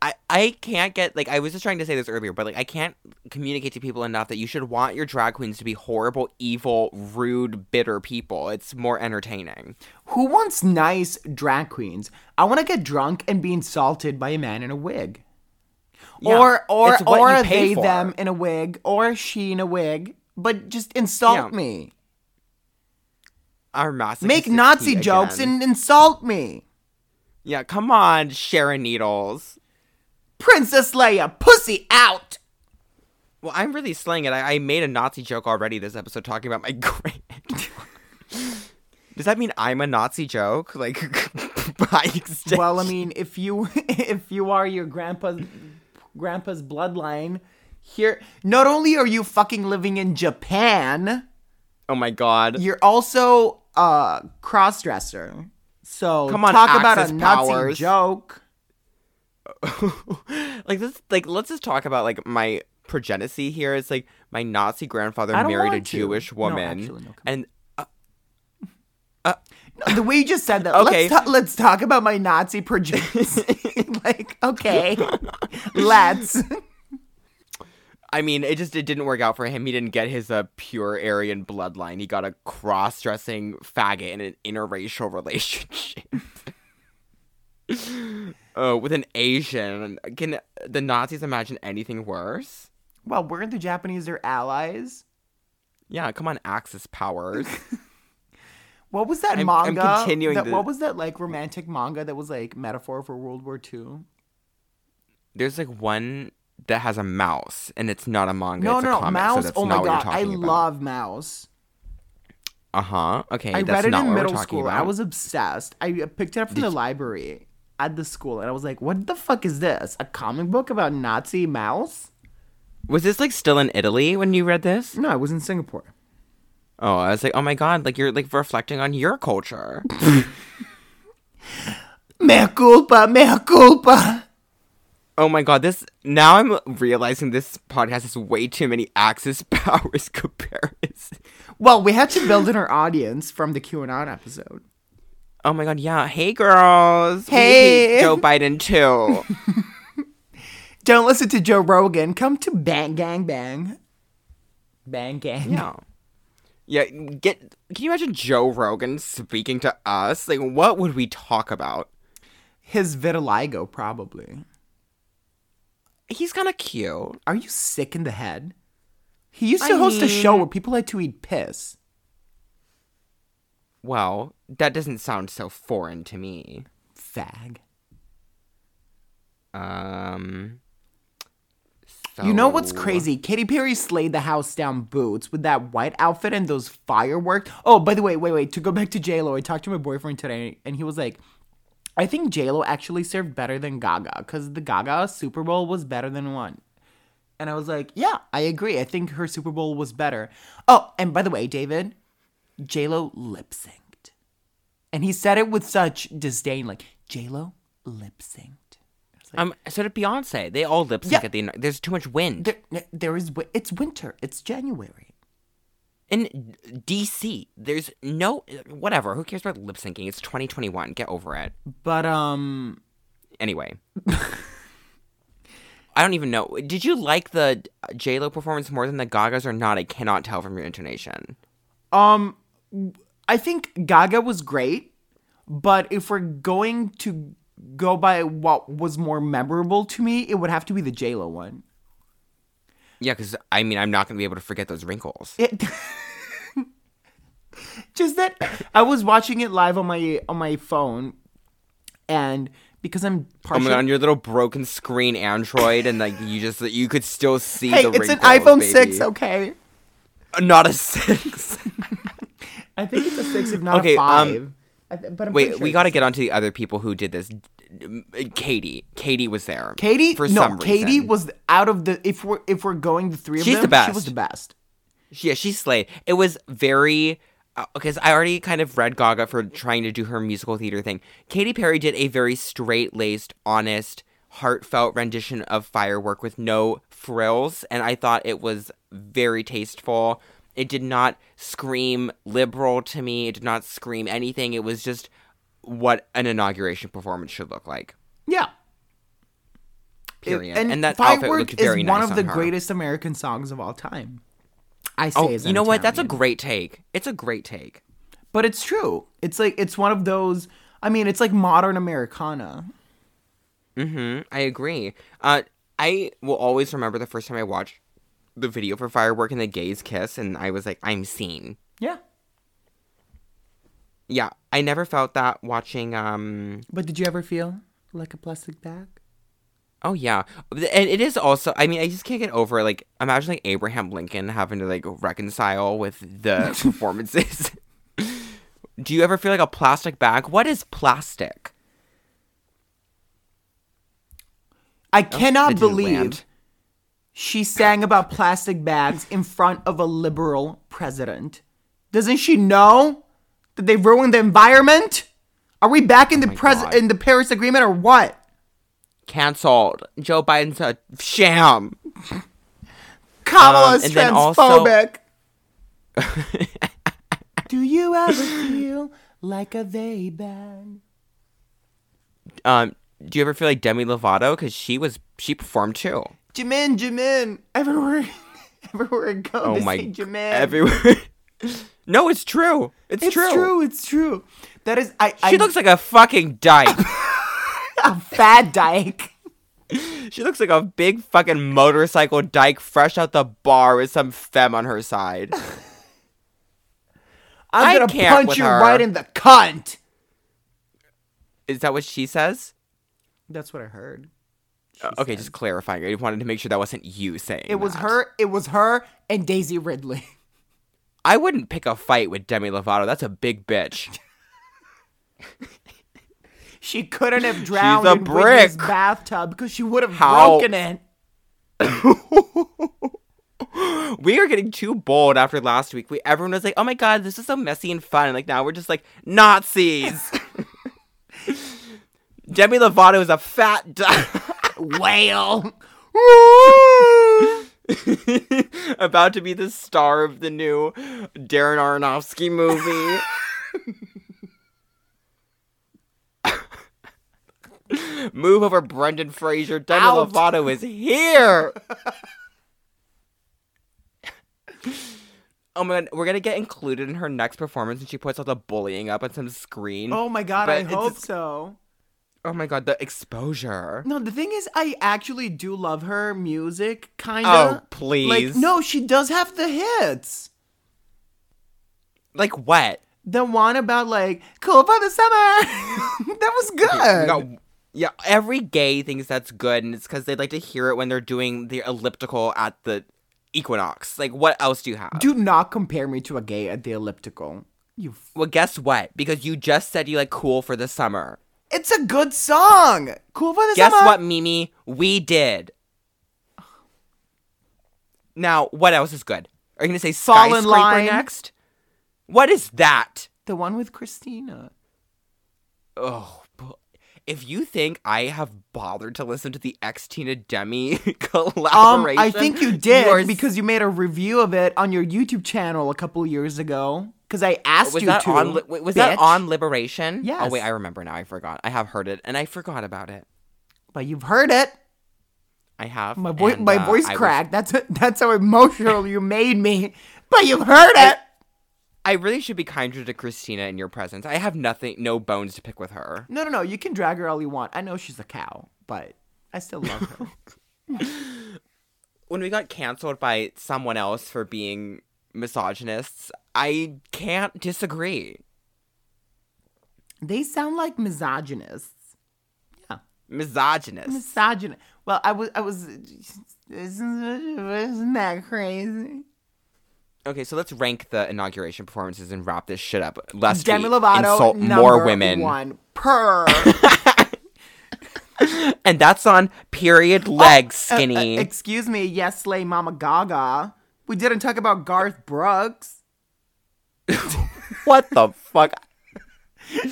S1: I I can't get like I was just trying to say this earlier, but like I can't communicate to people enough that you should want your drag queens to be horrible, evil, rude, bitter people. It's more entertaining.
S2: Who wants nice drag queens? I wanna get drunk and be insulted by a man in a wig.
S1: Yeah,
S2: or or
S1: it's what
S2: or
S1: you
S2: a
S1: pay
S2: they
S1: for.
S2: them in a wig or she in a wig. But just insult
S1: Yeah.
S2: me.
S1: Our massive
S2: Make Nazi jokes and insult me.
S1: yeah, come on, Sharon Needles.
S2: Princess Leia, pussy out.
S1: Well, I'm really slaying it. I, I made a Nazi joke already this episode talking about my great. Does that mean I'm a Nazi joke? Like, by extension.
S2: Well, I mean, if you if you are your grandpa's grandpa's bloodline, here not only are you fucking living in Japan,
S1: oh my god.
S2: you're also a crossdresser. So
S1: Come on,
S2: talk about a
S1: Axis
S2: Nazi
S1: powers.
S2: joke.
S1: like this like let's just talk about like my progeny here it's like my nazi grandfather
S2: I don't
S1: married a
S2: want to.
S1: jewish
S2: No,
S1: woman
S2: actually, no, come
S1: and
S2: The way you just said that.
S1: Okay.
S2: Let's, ta- let's talk about my Nazi prejudice. like, okay, let's.
S1: i mean it just it didn't work out for him he didn't get his uh, pure aryan bloodline he got a cross-dressing faggot in an interracial relationship oh with an asian can the nazis imagine anything worse
S2: Well, weren't the Japanese their allies?
S1: yeah come on axis powers
S2: What was that
S1: I'm
S2: manga?
S1: continuing
S2: that-
S1: the-
S2: What was that like romantic manga that was like metaphor for World War II?
S1: There's like one that has a mouse, and it's not a manga.
S2: No,
S1: it's
S2: no,
S1: a
S2: no,
S1: comic,
S2: Mouse.
S1: So that's
S2: oh my
S1: not
S2: god,
S1: what
S2: I
S1: you're talking
S2: love Mouse.
S1: Uh huh. Okay,
S2: I
S1: that's
S2: read it
S1: not
S2: in
S1: what
S2: middle
S1: we're talking
S2: school.
S1: about.
S2: I was obsessed. I uh, picked it up from the library at the school, and I was like, "What the fuck is this? A comic book about Nazi Mouse?"
S1: Was this like still in Italy when you read this?
S2: No, I was in Singapore.
S1: Oh, I was like, oh my god, like you're like reflecting on your culture.
S2: Mea culpa, mea culpa.
S1: oh my god, this now I'm realizing this podcast has way too many Axis powers comparisons.
S2: Well, we had to build in our audience from the QAnon episode.
S1: Oh my god, yeah. Hey girls. We
S2: Hey.
S1: hate Joe Biden too.
S2: Don't listen to Joe Rogan. Come to Bang Gang Bang. Bang Gang.
S1: yeah. Yeah, get can you imagine Joe Rogan speaking to us? Like what would we talk about?
S2: His vitiligo, probably.
S1: He's kinda cute.
S2: Are you sick in the head? He used
S1: I
S2: to host a show
S1: mean-
S2: where people had to eat piss.
S1: Well, that doesn't sound so foreign to me.
S2: Fag.
S1: Um
S2: You know what's
S1: so-
S2: crazy? Katy Perry slayed the house down boots with that white outfit and those fireworks. Oh, by the way, wait, wait. To go back to J Lo, I talked to my boyfriend today, and he was like, "I think J Lo actually served better than Gaga because the Gaga Super Bowl was better than one." And I was like, "Yeah, I agree. I think her Super Bowl was better." Oh, and by the way, David, J Lo lip synced, and he said it with such disdain, like J Lo lip synced.
S1: Um, so did Beyonce. They all lip sync
S2: Yeah.
S1: at the end. There's too much wind.
S2: There, there is wi- it's winter. It's January.
S1: In DC, there's no. Whatever. Who cares about lip syncing? It's 2021. Get over it.
S2: But um
S1: Anyway. I don't even know. Did you like the J-Lo performance more than the Gaga's or not? I cannot tell from your intonation.
S2: um I think Gaga was great, but if we're going to go by what was more memorable to me, it would have to be the JLo one.
S1: Yeah, because, I mean, I'm not going to be able to forget those wrinkles.
S2: It Just that I was watching it live on my on my phone and because I'm
S1: Oh my
S2: partial
S1: god, on your little broken screen Android, and like you just, you could still see
S2: Hey,
S1: the
S2: it's
S1: wrinkles.
S2: an iPhone 6,
S1: baby. Uh,
S2: okay?
S1: Not a 6.
S2: I think it's a 6 if not
S1: Okay,
S2: a
S1: um,
S2: 5. I th- but I'm pretty
S1: Wait,
S2: sure
S1: we
S2: it's
S1: got to get onto the other people who did this. Katie, Katie was there.
S2: Katie
S1: for
S2: no,
S1: some reason.
S2: Katie was out of the if we're if we're going the three of
S1: She's
S2: them,
S1: the best.
S2: she was the best.
S1: yeah, she slayed. It was very because I already kind of read Gaga for trying to do her musical theater thing. Katy Perry did a very straight laced, honest, heartfelt rendition of Firework with no frills, and I thought it was very tasteful. It did not scream liberal to me. It did not scream anything. It was just what an inauguration performance should look like.
S2: Yeah. It-
S1: Period. And, that outfit
S2: Firework
S1: looked very
S2: is
S1: nice
S2: one of
S1: on
S2: the
S1: her.
S2: greatest American songs of all time. I say
S1: Oh,
S2: as
S1: you
S2: an
S1: know what? That's a
S2: Italian.
S1: great take. It's a great take.
S2: But it's true. It's like it's one of those I mean, it's like modern Americana.
S1: hmm I agree. Uh, I will always remember the first time I watched the video for Firework and the Gays Kiss, and I was like, I'm seen.
S2: Yeah.
S1: Yeah, I never felt that watching. Um,
S2: But did you ever feel like a plastic bag?
S1: oh yeah, and it is also. I mean, I just can't get over like imagine like Abraham Lincoln having to like reconcile with the performances. Do you ever feel like a plastic bag? What is plastic?
S2: I
S1: Oh,
S2: cannot
S1: didn't land.
S2: believe she sang about plastic bags in front of a liberal president. Doesn't she know that they ruined the environment? Are we back in the pres
S1: Oh God.
S2: in the Paris Agreement or what?
S1: Cancelled. Joe Biden's a sham.
S2: Kamala's
S1: Um, and then
S2: transphobic.
S1: also-
S2: Do you ever feel like a they bag?
S1: Um, do you ever feel like Demi Lovato? Because she was she performed too.
S2: Jamin, Jamin, everywhere, everywhere I go,
S1: Oh
S2: they
S1: my!
S2: say
S1: g-
S2: Jamin.
S1: Everywhere. no, it's true. It's,
S2: it's
S1: true.
S2: true. It's true. That is, I.
S1: She
S2: I,
S1: looks like a fucking dyke.
S2: a fat dyke.
S1: she looks like a big fucking motorcycle dyke fresh out the bar with some femme on her side.
S2: I'm
S1: I
S2: gonna
S1: can't
S2: punch
S1: with
S2: you
S1: her.
S2: right in the cunt.
S1: Is that what she says?
S2: That's what I heard.
S1: Uh, okay, just clarifying. I wanted to make sure that wasn't you saying.
S2: It was
S1: that.
S2: her. It was her and Daisy Ridley.
S1: I wouldn't pick a fight with Demi Lovato. That's a big bitch.
S2: She couldn't have drowned
S1: a
S2: in Whitney's
S1: brick.
S2: bathtub because she would have
S1: How-
S2: broken it.
S1: we are getting too bold after last week. We everyone was like, "Oh my god, this is so messy and fun." Like now we're just like Nazis. Demi Lovato is a fat. Di-
S2: Whale.
S1: about to be the star of the new Darren Aronofsky movie. Move over, Brendan Fraser. Demi
S2: Out.
S1: Lovato is here. oh my god, we're gonna get included in her next performance, and she puts all the bullying up on some screen.
S2: Oh my god,
S1: But
S2: I
S1: it's-
S2: hope so.
S1: Oh my god, the exposure.
S2: No, the thing is, I actually do love her music, kind
S1: Oh
S2: of.
S1: please!
S2: Like, no, she does have the hits.
S1: like what?
S2: The one about, like, cool for the summer. that was good.
S1: No, yeah, every gay thinks that's good, and it's because they like to hear it when they're doing the elliptical at the equinox. Like, what else do you have?
S2: Do not compare me to a gay at the elliptical. You. F-
S1: well, guess what? Because you just said you like cool for the summer.
S2: it's a good song. Cool for the
S1: Guess
S2: summer.
S1: what, Mimi? We did. Now, what else is good? Are you gonna say
S2: Fall in
S1: skyscraper
S2: Line.
S1: next? What is that?
S2: The one with Christina.
S1: Oh, bu- if you think I have bothered to listen to the ex Tina Demi collaboration,
S2: I Um, think you did
S1: are
S2: because you made a review of it on your YouTube channel a couple years ago. Because I asked
S1: was
S2: you
S1: that
S2: to.
S1: on Li- wait, was that
S2: bitch.
S1: on liberation oh wait
S2: Yes.
S1: i remember now i forgot i have heard it and i forgot about it
S2: But you've heard it.
S1: i have
S2: My voice,
S1: and,
S2: my
S1: uh,
S2: voice
S1: I was-
S2: cracked. That's that's how emotional you made me. But you've heard it.
S1: i really should be kinder to christina in your presence i have nothing no bones to pick with her
S2: No, no, no. You can drag her all you want. I know she's a cow, but I still love her.
S1: when we got canceled by someone else for being misogynists i can't disagree
S2: they sound like misogynists. Yeah,
S1: misogynist
S2: misogynist. Well, I was, I was. Isn't that crazy?
S1: okay so let's rank the inauguration performances and wrap this shit up lest
S2: Demi
S1: we
S2: Lovato,
S1: insult
S2: number
S1: more women
S2: One per.
S1: and that's on period leg skinny
S2: Uh, excuse me, yes, slay Mama Gaga. We didn't talk about Garth Brooks.
S1: what the fuck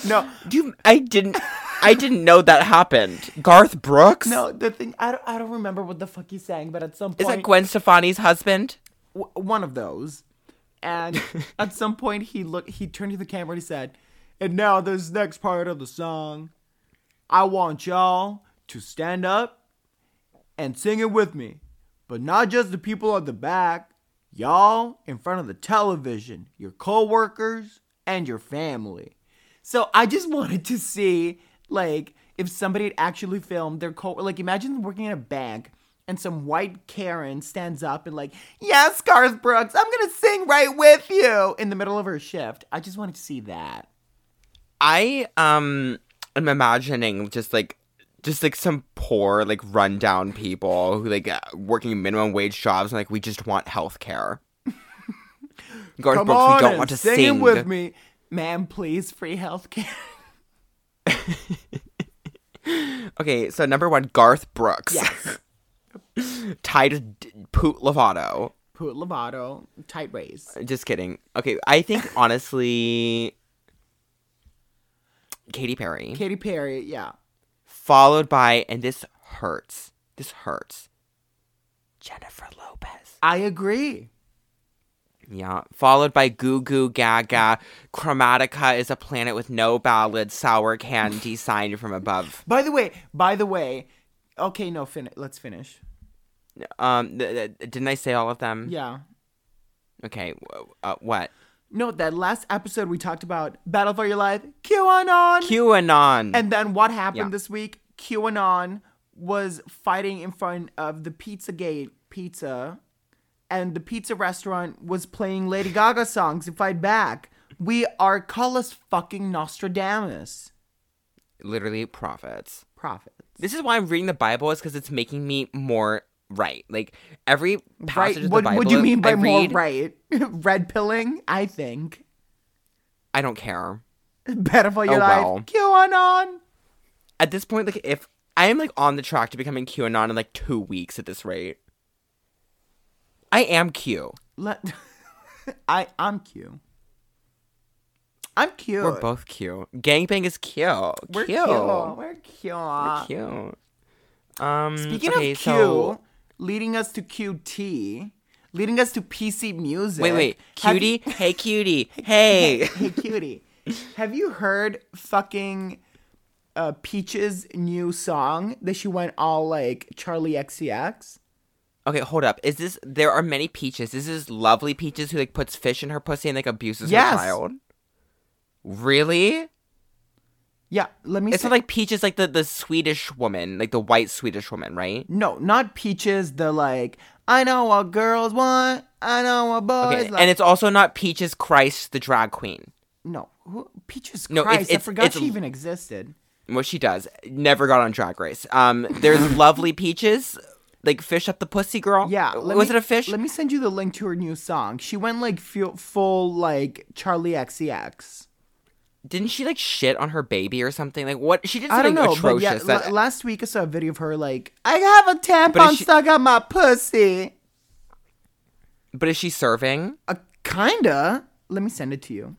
S2: No,
S1: Do you, I didn't I didn't know that happened. Garth Brooks?
S2: no. The thing I don't, I don't remember what the fuck he sang, but at some
S1: Is that
S2: point,
S1: Gwen Stefani's husband?
S2: w- one of those. And at some point, he looked. He turned to the camera and he said, "And now this next part of the song, I want y'all to stand up and sing it with me, but not just the people at the back, y'all in front of the television, your coworkers and your family." So I just wanted to see, like, if somebody had actually filmed their co like, imagine working in a bank and some white Karen stands up and like, yes, Garth Brooks, I'm gonna sing right with you in the middle of her shift. I just wanted to see that.
S1: I um am imagining just like just like some poor like rundown people who like uh, working minimum wage jobs and like we just want health care. Garth
S2: Come
S1: Brooks,
S2: on,
S1: we don't
S2: and
S1: want to
S2: sing,
S1: sing.
S2: it with me, ma'am. Please, free healthcare.
S1: Okay, so number one, Garth Brooks,
S2: yes,
S1: tied to D- Poot Lovato.
S2: Poot Lovato, tight waist.
S1: Just kidding. Okay, I think honestly, Katy Perry.
S2: Katy Perry, yeah.
S1: followed by, and this hurts. This hurts. Jennifer Lopez.
S2: I agree.
S1: Yeah. Followed by Goo Goo Gaga. Chromatica is a planet with no ballad, sour candy signed from above.
S2: By the way, by the way, okay, no, fin- let's finish.
S1: Um, th- th- didn't I say all of them?
S2: Yeah.
S1: Okay. w- Uh, what?
S2: No, that last episode we talked about Battle for Your Life, QAnon.
S1: QAnon.
S2: and then what happened
S1: Yeah.
S2: this week? QAnon was fighting in front of the Pizzagate pizza, and the pizza restaurant was playing Lady Gaga songs to fight back. We are call us fucking Nostradamus.
S1: Literally prophets.
S2: Prophets.
S1: This is why I'm reading the Bible is because it's making me more right. Like every passage
S2: Right.
S1: of the
S2: What,
S1: Bible.
S2: what do you mean by
S1: I
S2: more
S1: read,
S2: right? Red pilling, I think.
S1: I don't care.
S2: Better for your
S1: Oh,
S2: life.
S1: well.
S2: QAnon.
S1: At this point, like if I am like on the track to becoming QAnon in like two weeks at this rate. I am Q.
S2: Let I I'm Q. I'm cute.
S1: We're both Q. Gangbang is Q.
S2: We're
S1: Q.
S2: cute. We're cute.
S1: Q. Um,
S2: Speaking
S1: okay,
S2: of Q,
S1: so-
S2: leading us to QT, leading us to PC music.
S1: wait, wait,
S2: Have
S1: cutie. Hey, cutie. Hey.
S2: you- hey, cutie. Have you heard fucking uh, Peach's new song that she went all like Charlie XCX?
S1: Okay, hold up. Is this? There are many peaches. This is lovely peaches who like puts fish in her pussy and like abuses
S2: Yes.
S1: her child. Really?
S2: Yeah, let me.
S1: It's
S2: say-
S1: not like peaches like the the Swedish woman, like the white Swedish woman, right?
S2: no, not Peaches. The like, I know what girls want. I know what boys
S1: Okay,
S2: like.
S1: and it's also not peaches Christ the drag queen.
S2: no, who, Peaches
S1: No, it's-
S2: Christ. I
S1: it's-
S2: forgot
S1: it's-
S2: she even existed.
S1: What she does never got on Drag Race. Um, there's lovely peaches, like fish up the pussy girl.
S2: Yeah, let
S1: Uh, was
S2: me-
S1: it a fish?
S2: Let me send you the link to her new song. She went like fu- full like Charlie XCX.
S1: Didn't she like shit on her baby or something? Like what? She did
S2: I don't
S1: something
S2: know, but yeah,
S1: atrocious.
S2: la-
S1: that,
S2: last week I saw a video of her like, I have a tampon
S1: she-
S2: stuck on my pussy.
S1: but is she serving?
S2: Uh, kinda. Let me send it to you.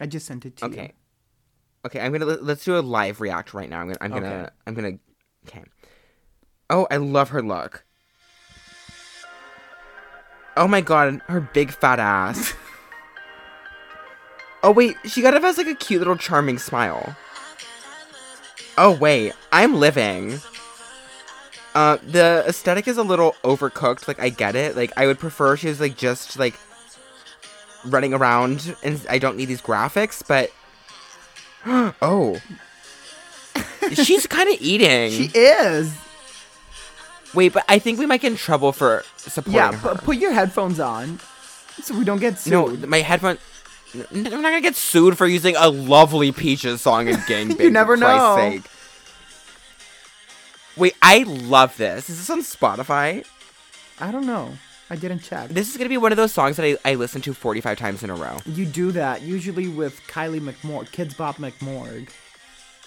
S2: I just sent it to you.
S1: Okay. Okay, I'm gonna let's do a live react right now. I'm gonna I'm gonna
S2: Okay.
S1: I'm gonna okay. Oh, I love her look. Oh my god, her big fat ass. oh wait, she kind of has like a cute little charming smile. Oh wait, I'm living. Uh, the aesthetic is a little overcooked. Like I get it. Like I would prefer she was like just like running around, and I don't need these graphics. But oh, she's kind of eating.
S2: She is.
S1: Wait, but I think we might get in trouble for supporting
S2: Yeah,
S1: her.
S2: pu- put your headphones on so we don't get sued.
S1: no, my headphone. N- n- I'm not gonna get sued for using a lovely Peaches song in Gangbang.
S2: You never
S1: for Christ's
S2: know.
S1: Sake. Wait, I love this. Is this on Spotify?
S2: I don't know. I didn't check.
S1: This is gonna be one of those songs that I, I listen to 45 times in a row.
S2: You do that usually with Kylie McMorg, Kids Bop McMorg.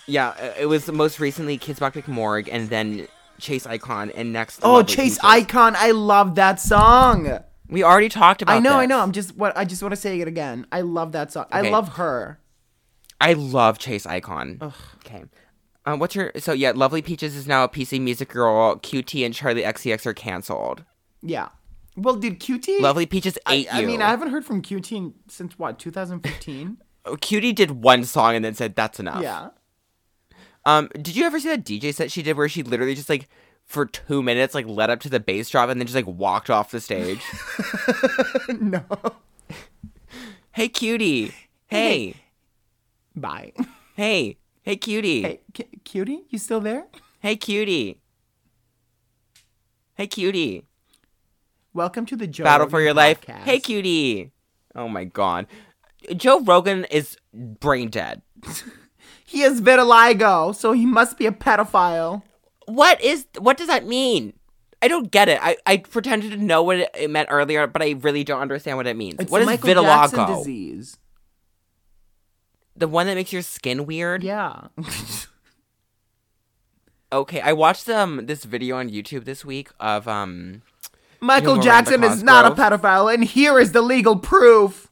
S1: Yeah, uh, it was most recently Kids Bop McMorg and then Chase Icon and next.
S2: Oh,
S1: Lovely
S2: Chase
S1: Peaches.
S2: Icon, I love that song.
S1: We already talked about.
S2: I know, I
S1: this.
S2: know. I'm just what I just want to say it again. I love that song. I
S1: Okay.
S2: love her.
S1: I love Chase Icon. Okay. Uh, what's your so yeah? Lovely Peaches is now a PC Music Girl. QT and Charlie XCX are canceled.
S2: Yeah. Well, did QT?
S1: Lovely Peaches ate
S2: I
S1: you.
S2: mean, I haven't heard from QT since what 2015.
S1: Oh, Cutie did one song and then said that's enough.
S2: yeah.
S1: Um, did you ever see that DJ set she did where she literally just like for two minutes like led up to the bass drop and then just like walked off the stage?
S2: no.
S1: hey, Cutie. Hey.
S2: Bye.
S1: Hey. Hey, Cutie.
S2: Hey, Q- Cutie, you still there?
S1: hey Cutie. Hey, Cutie.
S2: Welcome to the Joe
S1: Battle for
S2: Rogan
S1: your life.
S2: podcast.
S1: Hey, cutie. Oh my god. Joe Rogan is brain dead.
S2: He is vitiligo, so he must be a pedophile.
S1: What is what does that mean? I don't get it. I, I pretended to know what it- it meant earlier, but I really don't understand what it means.
S2: It's
S1: what is
S2: Michael
S1: vitiligo?
S2: Jackson disease.
S1: The one that makes your skin weird?
S2: Yeah.
S1: Okay, I watched um this video on YouTube this week of um
S2: Michael
S1: Miranda
S2: Jackson is not a
S1: Cosgrove.
S2: pedophile, and here is the legal proof.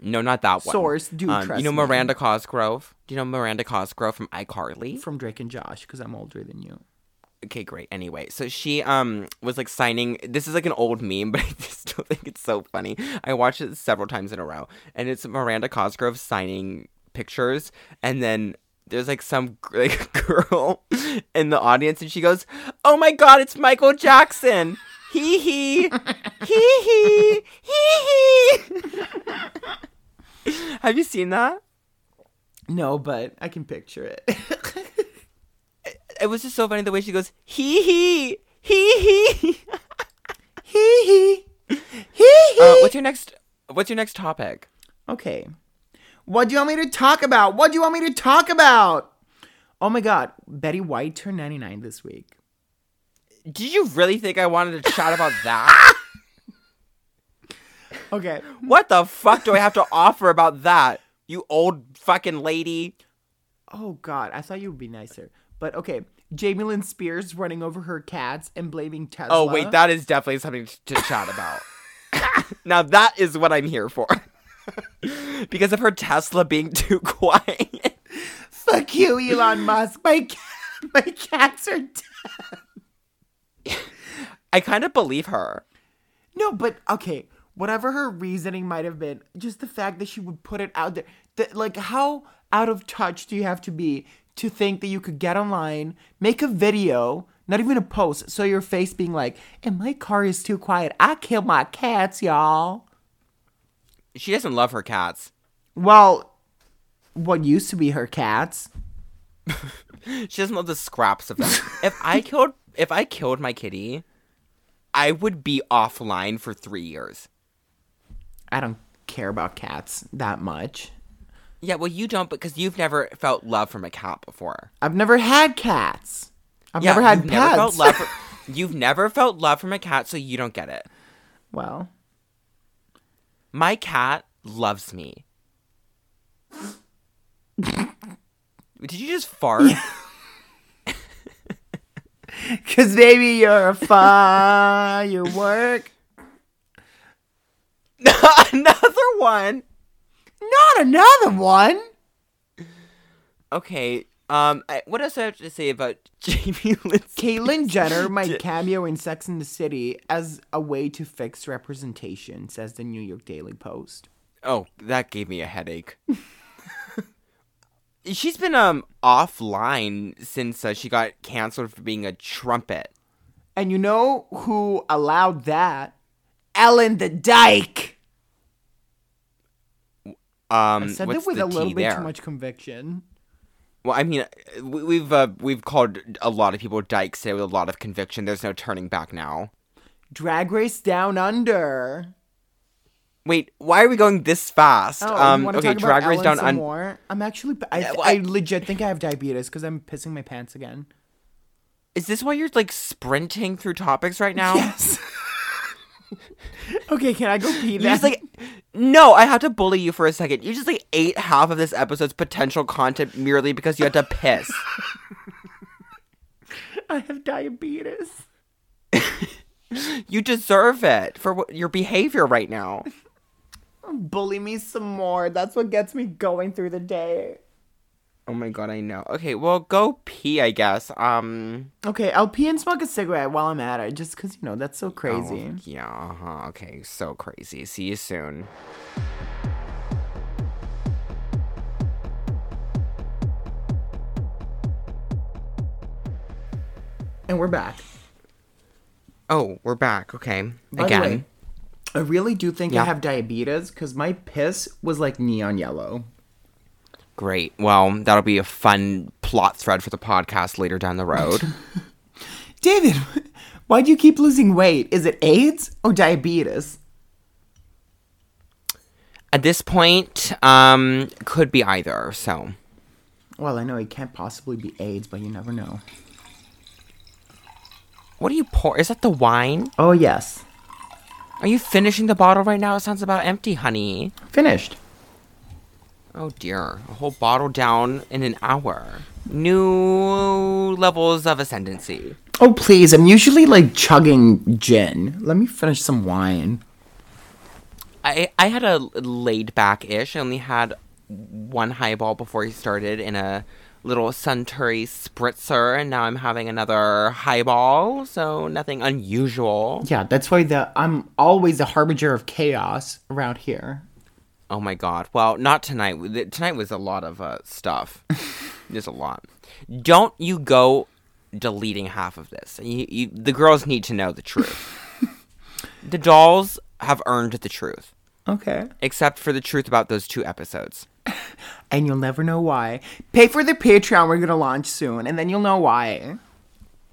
S1: no not that one.
S2: Source, do
S1: um,
S2: trust
S1: You know
S2: me.
S1: Miranda Cosgrove? Do you know Miranda Cosgrove from iCarly?
S2: From Drake and Josh, because I'm older than you.
S1: okay great anyway so she um was like signing this is like an old meme but i just still think it's so funny i watched it several times in a row and it's miranda cosgrove signing pictures and then there's like some g- like girl in the audience and she goes oh my god it's michael jackson hee hee hee hee hee hee have you seen that
S2: No, but I can picture it.
S1: it was just so funny the way she goes hee hee hee hee
S2: hee hee. Hee hee. Uh,
S1: Uh, what's your next? What's your next topic?
S2: okay. What do you want me to talk about? What do you want me to talk about? Oh my God, Betty White turned 99 this week.
S1: Did you really think I wanted to chat about that?
S2: Okay.
S1: what the fuck do I have to offer about that? You old fucking lady.
S2: Oh God, I thought you would be nicer. But okay, Jamie Lynn Spears running over her cats and blaming Tesla.
S1: Oh wait, that is definitely something to chat about. now that is what I'm here for. because of her Tesla being too quiet.
S2: fuck you, Elon Musk. My ca- my cats are dead.
S1: I kind of believe her.
S2: No, but okay, whatever her reasoning might have been, just the fact that she would put it out there, that like how out of touch do you have to be to think that you could get online, make a video, not even a post, so your face being like, "And my car is too quiet. I kill my cats, y'all."
S1: She doesn't love her cats.
S2: Well, what used to be her cats.
S1: She doesn't love the scraps of them. if I killed if I killed my kitty, I would be offline for 3 years.
S2: I don't care about cats that much.
S1: Yeah, well you don't because you've never felt love from a cat before.
S2: I've never had cats. I've
S1: Yeah,
S2: never had
S1: you've
S2: pets.
S1: never felt love fr- You've never felt love from a cat, so you don't get it.
S2: well,
S1: My cat loves me. Did you just fart?
S2: cause baby, you're a firework.
S1: Another one.
S2: Not another one.
S1: Okay. Um. I, what else do I have to say about Jamie Lindsay?
S2: Caitlyn Jenner might cameo in Sex in the City as a way to fix representation, says the New York Daily Post.
S1: Oh, that gave me a headache. She's been um offline since uh, she got canceled for being a trumpet.
S2: And you know who allowed that? Ellen the Dyke.
S1: Um,
S2: I said
S1: what's
S2: that with
S1: the
S2: a little
S1: tea
S2: bit
S1: there?
S2: too much conviction.
S1: Well, I mean, uh, we- we've uh, we've called a lot of people dykes today with a lot of conviction. There's no turning back now.
S2: Drag Race Down Under.
S1: Wait, why are we going this fast? Um,
S2: Oh, you wanna talk about Ellen some more? I'm actually. I,
S1: well,
S2: I,
S1: I-
S2: legit think I have diabetes because I'm pissing my pants again.
S1: Is this why you're like sprinting through topics right now?
S2: Yes. okay, can I go pee?
S1: You're
S2: Then?
S1: just like, no, I have to bully you for a second. You just like ate half of this episode's potential content merely because you had to piss.
S2: I have diabetes.
S1: you deserve it for what, your behavior right now.
S2: Bully me some more. That's what gets me going through the day.
S1: Oh my god, I know. Okay, well, go pee, I guess. Um,
S2: Okay, I'll pee and smoke a cigarette while I'm at it, just because you know that's so
S1: oh,
S2: crazy.
S1: yeah. Uh-huh, okay, so crazy. See you soon.
S2: And we're back.
S1: Oh, we're back. Okay,
S2: By the
S1: again.
S2: way, I really do think I
S1: Yeah.
S2: have diabetes because my piss was like neon yellow.
S1: Great. Well, that'll be a fun plot thread for the podcast later down the road.
S2: David, why do you keep losing weight? Is it AIDS or diabetes?
S1: At this point, um, could be either. So,
S2: Well, I know it can't possibly be AIDS, but you never know.
S1: what do you pour? Is that the wine?
S2: Oh, yes.
S1: Are you finishing the bottle right now? It sounds about empty, honey.
S2: Finished.
S1: Oh dear, a whole bottle down in an hour. New levels of ascendancy.
S2: Oh, please. I'm usually like chugging gin. Let me finish some wine.
S1: I I had a laid back ish. I only had one highball before he started in a little Suntory spritzer, and now I'm having another highball. So nothing unusual.
S2: Yeah, that's why the I'm always a harbinger of chaos around here.
S1: Oh my god. Well, not tonight. Th- Tonight was a lot of uh, stuff. There's a lot. Don't you go deleting half of this. You, you, the girls need to know the truth. the dolls have earned the truth,
S2: Okay.
S1: except for the truth about those two episodes.
S2: And you'll never know why. Pay for the Patreon we're going to launch soon, and then you'll know why.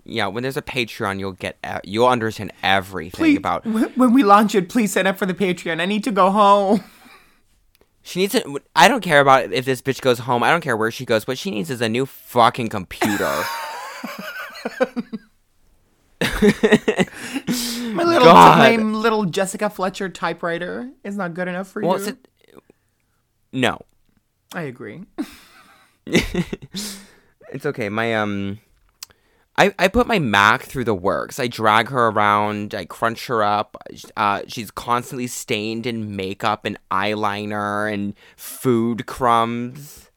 S1: Yeah, when there's a Patreon, you'll get e- you'll understand everything
S2: Please,
S1: about.
S2: wh- when we launch it, please sign up for the Patreon. I need to go home.
S1: She needs to. I don't care about if this bitch goes home. I don't care where she goes. What she needs is a new fucking computer.
S2: My little
S1: God.
S2: my little Jessica Fletcher typewriter is not good enough for
S1: well,
S2: you.
S1: it's a, no,
S2: I agree.
S1: it's okay. My um, I I put my Mac through the works. I drag her around. I crunch her up. Uh, she's constantly stained in makeup and eyeliner and food crumbs.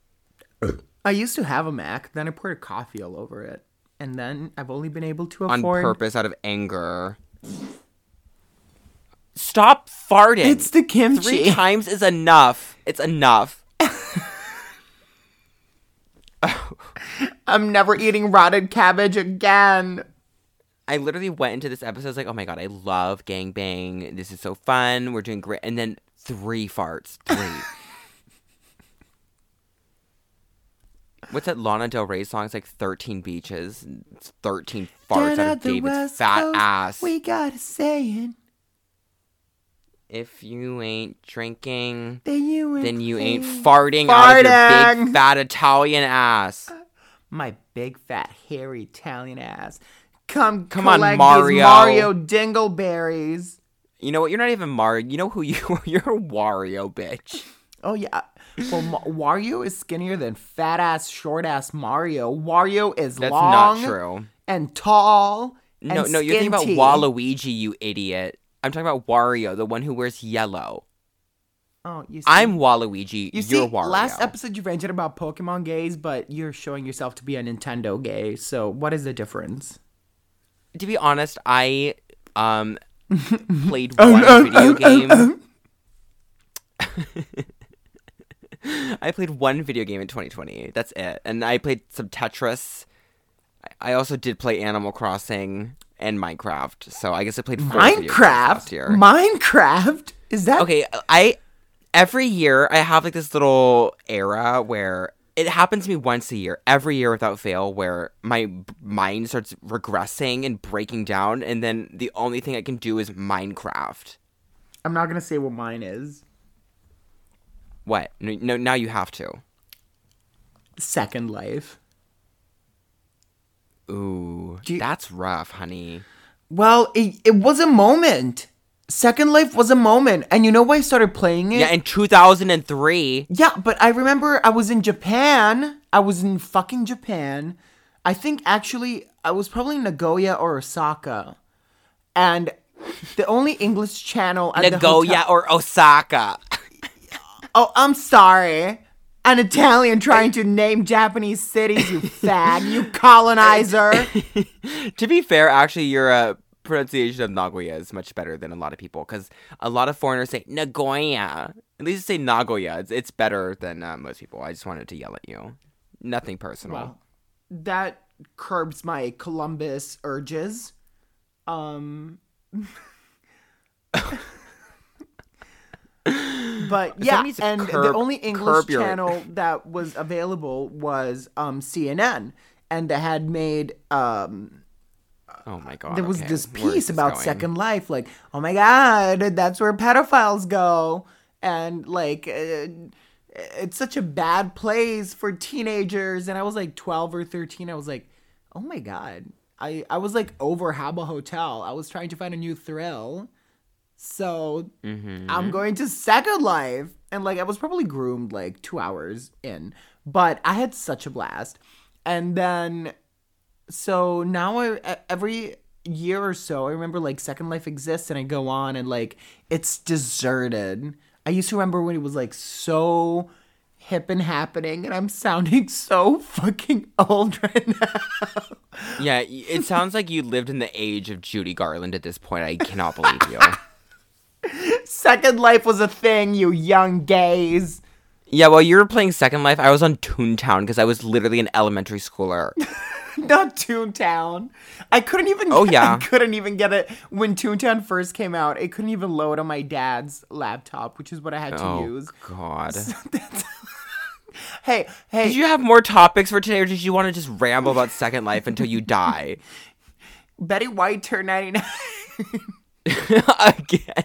S2: I used to have a Mac, then I poured coffee all over it, and then I've only been able to
S1: on
S2: afford.
S1: purpose out of anger. Stop farting.
S2: It's the
S1: three
S2: kimchi.
S1: times is enough. It's enough.
S2: I'm never eating rotted cabbage again.
S1: I literally went into this episode I was like, oh my god, I love gangbang. This is so fun. We're doing great. And then three farts. Three. What's that Lana Del Rey song? It's like 13 beaches, and it's 13 farts out of David's fat ass.
S2: We got a saying
S1: If you ain't drinking,
S2: that you ain't.
S1: then you ain't farting, out of your
S2: Farting.
S1: big fat Italian ass.
S2: my big fat hairy Italian ass. Come,
S1: Come on,
S2: collect these
S1: Mario.
S2: Mario dingleberries.
S1: You know what? You're not even Mario. You know who you are. You're a Wario, bitch.
S2: Oh yeah. Well, Ma- Wario is skinnier than fat ass, short ass Mario. Wario is
S1: That's
S2: long
S1: not true.
S2: and tall. And
S1: No, no, you're thinking about
S2: skinty.
S1: Waluigi, you idiot. I'm talking about Wario, the one who wears yellow.
S2: Oh, you see.
S1: I'm Waluigi.
S2: you
S1: You are
S2: see,
S1: Wario.
S2: last episode you ranted about Pokemon gays, but you're showing yourself to be a Nintendo gay. So what is the difference?
S1: to be honest, I um played
S2: Oh,
S1: one video game.
S2: oh.
S1: I played one video game in 2020. That's it. And I played some Tetris. I- I also did play Animal Crossing and Minecraft. So I guess I played four video games last
S2: Minecraft.
S1: year.
S2: Minecraft is that
S1: okay, I every year I have like this little era where it happens to me once a year, every year without fail, where my b- mind starts regressing and breaking down, and then the only thing I can do is Minecraft.
S2: I'm not gonna say what mine is.
S1: What? No, no now you have to.
S2: Second Life.
S1: Ooh,
S2: you-
S1: that's rough, honey.
S2: Well, it, it was a moment. Second Life was a moment, and you know why I started playing it?
S1: Yeah, in 2003,
S2: Yeah, but I remember I was in Japan. I was in fucking Japan. I think actually I was probably in Nagoya or Osaka, and the only English channel at The
S1: Nagoya
S2: hotel-
S1: or Osaka.
S2: oh, I'm sorry. An Italian trying to name Japanese cities, you fag, you colonizer.
S1: to be fair, actually, your uh, pronunciation of Nagoya is much better than a lot of people because a lot of foreigners say Nagoya. At least say Nagoya. It's, it's better than uh, most people. I just wanted to yell at you. Nothing personal.
S2: Wow. that curbs my Columbus urges. Um But yeah,
S1: needs to
S2: and the
S1: curb-
S2: only English
S1: curb your-
S2: channel that was available was um CNN and they had made um
S1: oh my god.
S2: there was
S1: okay.
S2: this
S1: Where is
S2: piece about
S1: going?
S2: Second Life, like, oh my god, that's where pedophiles go, and like, uh, it's such a bad place for teenagers. And I was like twelve or thirteen. I was like, oh my god, I I was like over Habba Hotel. I was trying to find a new thrill, so
S1: Mm-hmm.
S2: I'm going to Second Life, and like I was probably groomed like two hours in, but I had such a blast. And then so now I e- every year or so I remember like Second Life exists and I go on and like it's deserted. I used to remember when it was like so hip and happening and I'm sounding so fucking old right now.
S1: Yeah, y- it sounds like you lived in the age of Judy Garland at this point. I cannot believe you.
S2: Second Life was a thing, you young gays.
S1: Yeah, while you were playing Second Life, I was on Toontown because I was literally an elementary schooler.
S2: Not Toontown. I couldn't even
S1: Oh,
S2: I
S1: yeah.
S2: couldn't even get it when Toontown first came out. It couldn't even load on my dad's laptop, which is what I had to
S1: oh
S2: use.
S1: god.
S2: Hey, hey.
S1: Did you have more topics for today, or did you want to just ramble about Second Life until you die?
S2: Betty White turned 99.
S1: again.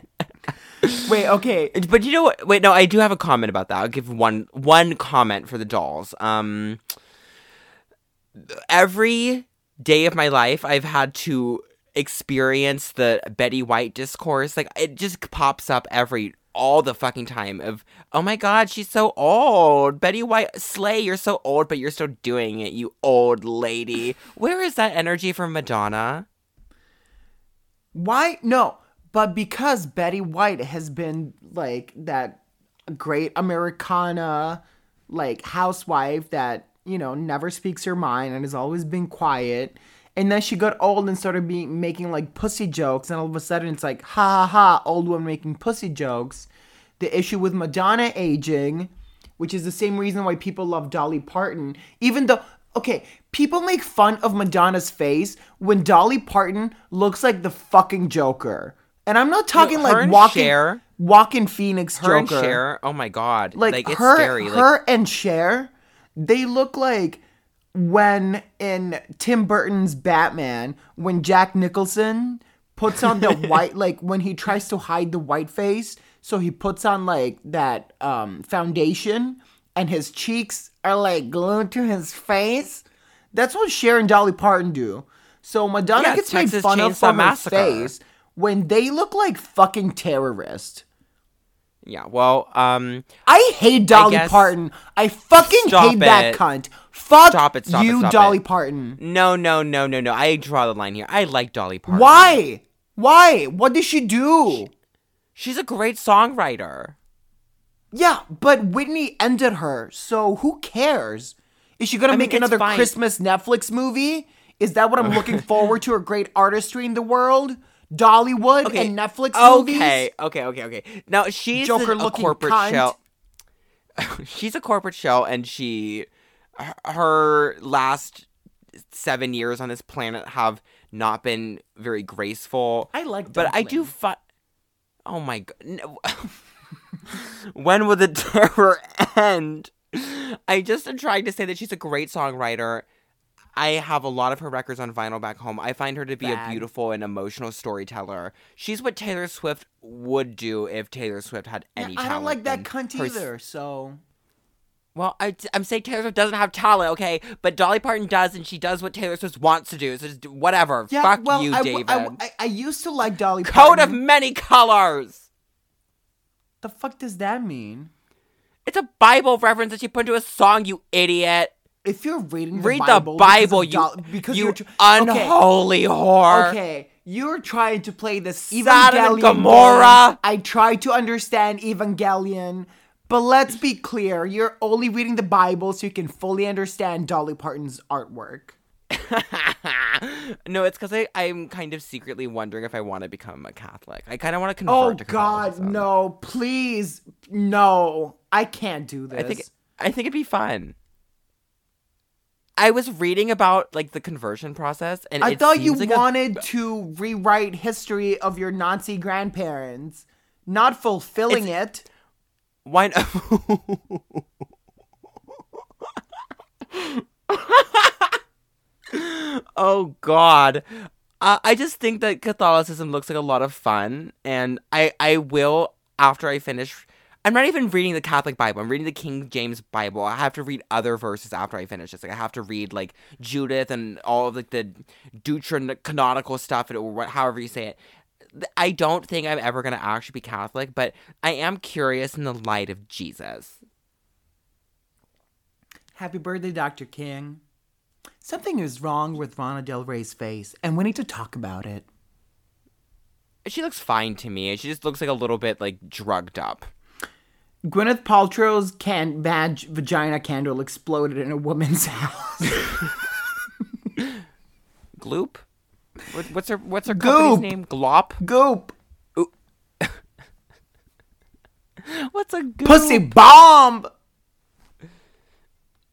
S2: Wait, okay.
S1: But you know what? Wait, no, I do have a comment about that. I'll give one one comment for the dolls. Um, every day of my life, I've had to experience the Betty White discourse. Like it just pops up every all the fucking time of oh my god she's so old betty white slay you're so old but you're still doing it you old lady where is that energy from madonna
S2: Why? No, but because Betty White has been like that great Americana, like housewife that, you know, never speaks her mind and has always been quiet. And then she got old and started being making like pussy jokes, and all of a sudden it's like, ha ha ha, old woman making pussy jokes. The issue with Madonna aging, which is the same reason why people love Dolly Parton, even though okay, people make fun of Madonna's face when Dolly Parton looks like the fucking Joker. And I'm not talking
S1: her
S2: like
S1: and
S2: walking
S1: Cher-
S2: walking Phoenix
S1: her and
S2: Joker.
S1: Cher, oh my god
S2: Like,
S1: like, it's
S2: her,
S1: scary like
S2: her and Cher, they look like when in Tim Burton's Batman, when Jack Nicholson puts on the white, like when he tries to hide the white face, so he puts on like that um, foundation, and his cheeks are like glued to his face. That's what Cher and Dolly Parton do. So Madonna
S1: Yeah,
S2: gets made
S1: Texas
S2: fun of
S1: Chainsaw
S2: for her
S1: Massacre.
S2: face when they look like fucking terrorists.
S1: yeah well um
S2: I hate Dolly
S1: guess-
S2: Parton. I fucking
S1: Stop
S2: hate that
S1: it.
S2: cunt. Fuck
S1: Stop it, stop it,
S2: you,
S1: stop
S2: Dolly
S1: it.
S2: Parton.
S1: No, no, no, no, no. I draw the line here. I like Dolly Parton.
S2: Why? Why? What did she do?
S1: She's a great songwriter.
S2: Yeah, but Whitney ended her, so who cares? Is she gonna
S1: mean,
S2: make
S1: it's
S2: another
S1: fine.
S2: Christmas Netflix movie? Is that what I'm looking forward to? Her great artistry in the world, Dollywood and Netflix movies.
S1: Okay, okay, okay, okay. Now she's a- a,
S2: Joker-looking
S1: corporate
S2: cunt.
S1: shell. she's a corporate shell, and she, her- her last seven years on this planet have not been very graceful.
S2: I like
S1: but I do. Fu- oh my god! No. when will the terror end? I just am trying to say that she's a great songwriter. I have a lot of her records on vinyl back home. I find her to be
S2: Bad.
S1: a beautiful and emotional storyteller. She's what Taylor Swift would do if Taylor Swift had any
S2: I
S1: talent.
S2: don't like that
S1: and
S2: cunt
S1: her s-
S2: either. So
S1: Well, I, am saying Taylor Swift doesn't have talent, okay? But Dolly Parton does, and she does what Taylor Swift wants to do. So just do- whatever.
S2: yeah,
S1: Fuck
S2: well,
S1: you,
S2: I, w-
S1: David.
S2: I w- I- I used to like Dolly
S1: Coat
S2: Parton.
S1: of many colors.
S2: The fuck does that mean?
S1: It's a Bible reference that you put into a song, you idiot.
S2: If you're reading the
S1: Read
S2: Bible,
S1: the Bible, you,
S2: because of Dol- because
S1: you
S2: you're tr-
S1: unholy whore.
S2: Okay, okay, you're trying to play this
S1: Sodom and
S2: Evangelion.
S1: Gomorrah.
S2: game. I try to understand Evangelion, but let's be clear: you're only reading the Bible so you can fully understand Dolly Parton's artwork.
S1: no, it's because I'm kind of secretly wondering if I want to become a Catholic. I kind of want to convert
S2: Oh
S1: to
S2: God,
S1: Catholicism.
S2: no! Please, no! I can't do this.
S1: I think I think it'd be fun. I was reading about like the conversion process, and
S2: I
S1: it
S2: thought you
S1: seems like a-
S2: wanted to rewrite history of your Nazi grandparents, not fulfilling it.
S1: Why? n- oh God. Uh, I just think that Catholicism looks like a lot of fun, and I I will after I finish. I'm not even reading the Catholic Bible. I'm reading the King James Bible. I have to read other verses after I finish this. Like I have to read like Judith and all of like the deuterocanonical stuff and or what- however you say it. Th- I don't think I'm ever gonna actually be Catholic, but I am curious in the light of Jesus.
S2: Happy birthday, Dr. King. Something is wrong with Rana Del Rey's face, and we need to talk about it.
S1: She looks fine to me. She just looks like a little bit like drugged up.
S2: Gwyneth Paltrow's can badge vagina candle exploded in a woman's house.
S1: Gloop. What, what's her What's her company's
S2: Goop.
S1: name? Glop.
S2: Goop.
S1: What's a goop?
S2: Pussy bomb.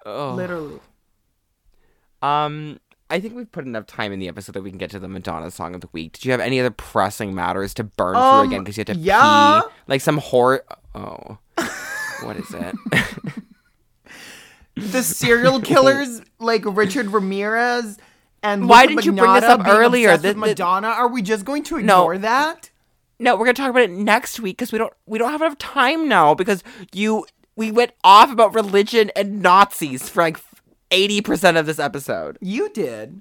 S1: Oh.
S2: Literally.
S1: Um, I think we've put enough time in the episode that we can get to the Madonna song of the week. Did you have any other pressing matters to burn
S2: Um,
S1: through again because you had to
S2: yeah.
S1: pee? Like some horror. Oh, what is it?
S2: The serial killers like Richard Ramirez and
S1: Why
S2: Luca
S1: didn't you bring this
S2: Magnotta
S1: up
S2: being
S1: earlier?
S2: obsessed
S1: Th-
S2: with
S1: th-
S2: Madonna? Are we just going to ignore that?
S1: No, we're gonna talk about it next week because we don't we don't have enough time now because you we went off about religion and Nazis for like eighty percent of this episode.
S2: You did.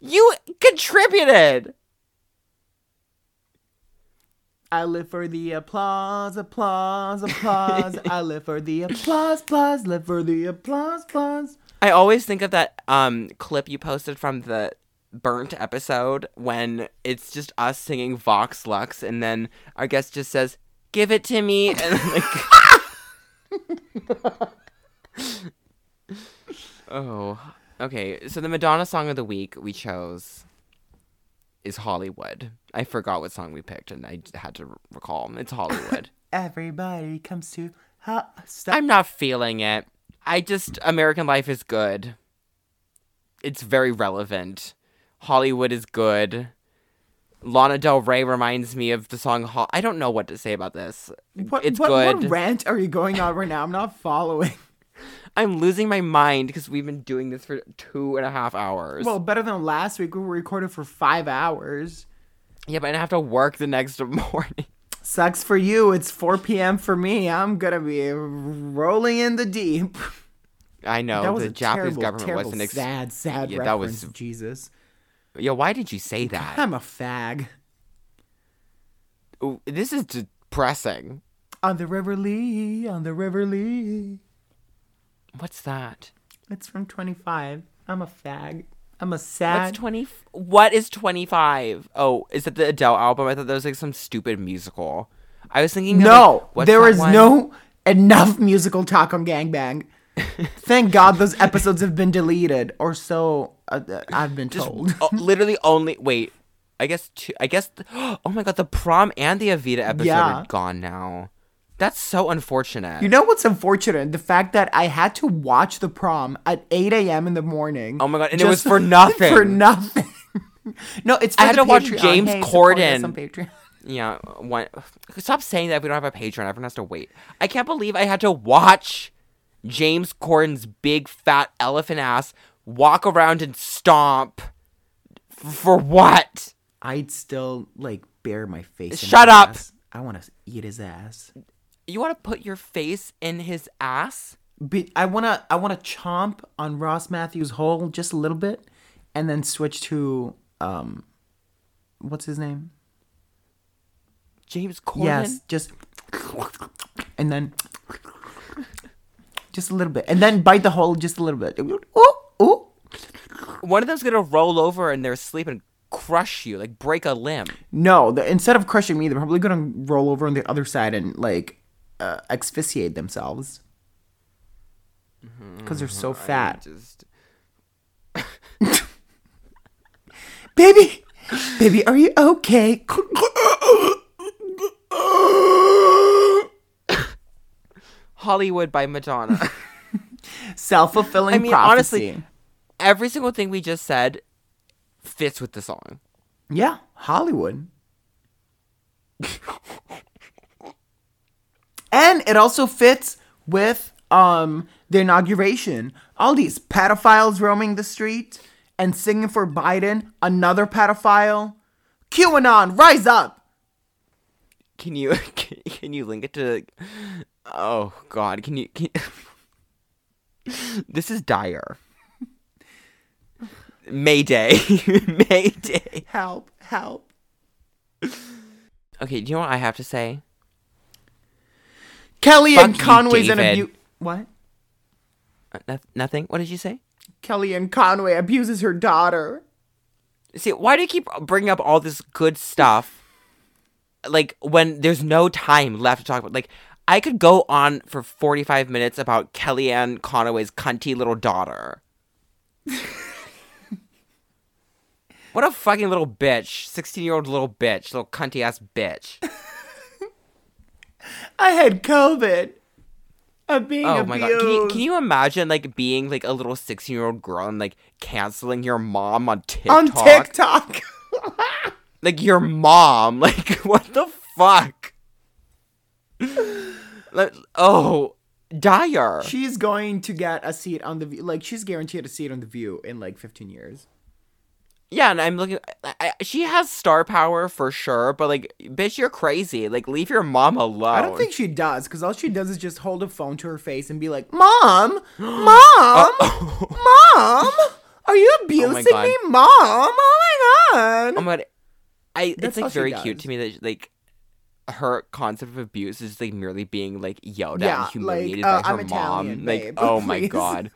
S1: You contributed.
S2: I live for the applause, applause, applause. I live for the applause, applause. Live for the applause, applause.
S1: I always think of that um clip you posted from the burnt episode when it's just us singing Vox Lux and then our guest just says, "Give it to me," and like, oh, okay. So the Madonna song of the week we chose is Hollywood. I forgot what song we picked and I j- had to r- recall. It's Hollywood.
S2: Everybody comes to. Ha- stop.
S1: I'm not feeling it. I just American life is good. It's very relevant. Hollywood is good. Lana Del Rey reminds me of the song Hol- I don't know what to say about this.
S2: What,
S1: it's
S2: what,
S1: good.
S2: What rant are you going on right now? I'm not following.
S1: I'm losing my mind because we've been doing this for two and a half hours.
S2: Well, better than last week. We recorded for five hours.
S1: yeah, but I have to work the next morning.
S2: Sucks for you. It's 4 p.m. for me. I'm gonna be rolling in the deep.
S1: I know
S2: That was
S1: Oh, the
S2: a
S1: Japanese
S2: terrible,
S1: government
S2: terrible,
S1: wasn't. Ex-
S2: sad, sad
S1: Yeah, that
S2: reference.
S1: was-
S2: Jesus.
S1: yeah, why did you say that?
S2: I'm a fag.
S1: Ooh, this is depressing.
S2: On the River Lee, on the River Lee.
S1: What's that?
S2: It's from 25. I'm a fag. I'm a
S1: What's
S2: sad.
S1: twenty? f- What is twenty five? Oh, is it the Adele album? I thought that was like some stupid musical. I was thinking. of, like,
S2: no,
S1: what's
S2: there
S1: that
S2: is
S1: one?
S2: no enough musical talk on Gangbang. Thank God those episodes have been deleted, or so uh, uh, I've been told.
S1: Oh, literally only wait. I guess two. I guess. oh my god, the prom and the Avita episode
S2: Yeah.
S1: are gone now. That's so unfortunate.
S2: You know what's unfortunate? The fact that I had to watch the prom at 8 a.m. in the morning.
S1: Oh my God, and it was for nothing.
S2: For nothing. no, it's for
S1: I had
S2: the
S1: to watch
S2: Patreon.
S1: James
S2: Hey, support us
S1: Corden.
S2: on Patreon.
S1: yeah. One, stop saying that. We don't have a Patreon. Everyone has to wait. I can't believe I had to watch James Corden's big fat elephant ass walk around and stomp. F- For what?
S2: I'd still like bare my face. in his
S1: Shut up.
S2: ass. I want to eat his ass.
S1: You want to put your face in his ass?
S2: Be- I wanna I wanna chomp on Ross Matthews' hole just a little bit, and then switch to um, what's his name?
S1: James Corden?
S2: Yes, just and then just a little bit, and then bite the hole just a little bit. Ooh, ooh.
S1: One of them's going to roll over in their sleep and crush you, like break a limb.
S2: No, the, instead of crushing me, they're probably gonna roll over on the other side and like uh, asphyxiate themselves because they're so fat.
S1: Just
S2: Baby, baby, are you okay?
S1: Hollywood by Madonna.
S2: Self fulfilling
S1: I mean,
S2: prophecy.
S1: honestly, every single thing we just said fits with the song.
S2: yeah, Hollywood. and it also fits with um the inauguration. All these pedophiles roaming the street and singing for Biden, another pedophile. QAnon, rise up.
S1: Can you can, can you link it to? Oh God, can you? Can, this is dire. Mayday, Mayday.
S2: Help, help.
S1: Okay, do you know what I have to say?
S2: Kelly and
S1: Fuck you,
S2: Conway's an
S1: David.
S2: abu- What?
S1: Uh, noth- nothing. What did you say?
S2: Kelly and Conway abuses her daughter.
S1: See, why do you keep bringing up all this good stuff? Like when there's no time left to talk about. Like I could go on for 45 minutes about Kellyanne Conway's cunty little daughter. what a fucking little bitch, 16 year old little bitch, little cunty ass bitch.
S2: I had COVID. I'm being
S1: Oh
S2: abused.
S1: my god! Can you, can you imagine like being like a little 16 year old girl and like canceling your mom on TikTok?
S2: on TikTok.
S1: like your mom. Like what the fuck? Like, oh, dire.
S2: she's going to get a seat on the View. Like she's guaranteed a seat on the View in like 15 years.
S1: Yeah, and I'm looking. I, I, she has star power for sure, but like, bitch, you're crazy. Like, leave your mom alone.
S2: I don't think she does, because all she does is just hold a phone to her face and be like, "Mom,
S1: Uh,
S2: mom, mom, are you abusing
S1: oh. God.
S2: me, mom? Oh my
S1: Oh
S2: god!"
S1: my god, I.
S2: That's
S1: It's
S2: all
S1: like
S2: she
S1: very cute
S2: does.
S1: to me that like her concept of abuse is like merely being like yelled at
S2: Yeah,
S1: and
S2: like,
S1: humiliated
S2: uh,
S1: by her mom.
S2: I'm Italian,
S1: like,
S2: babe,
S1: oh my
S2: please.
S1: god.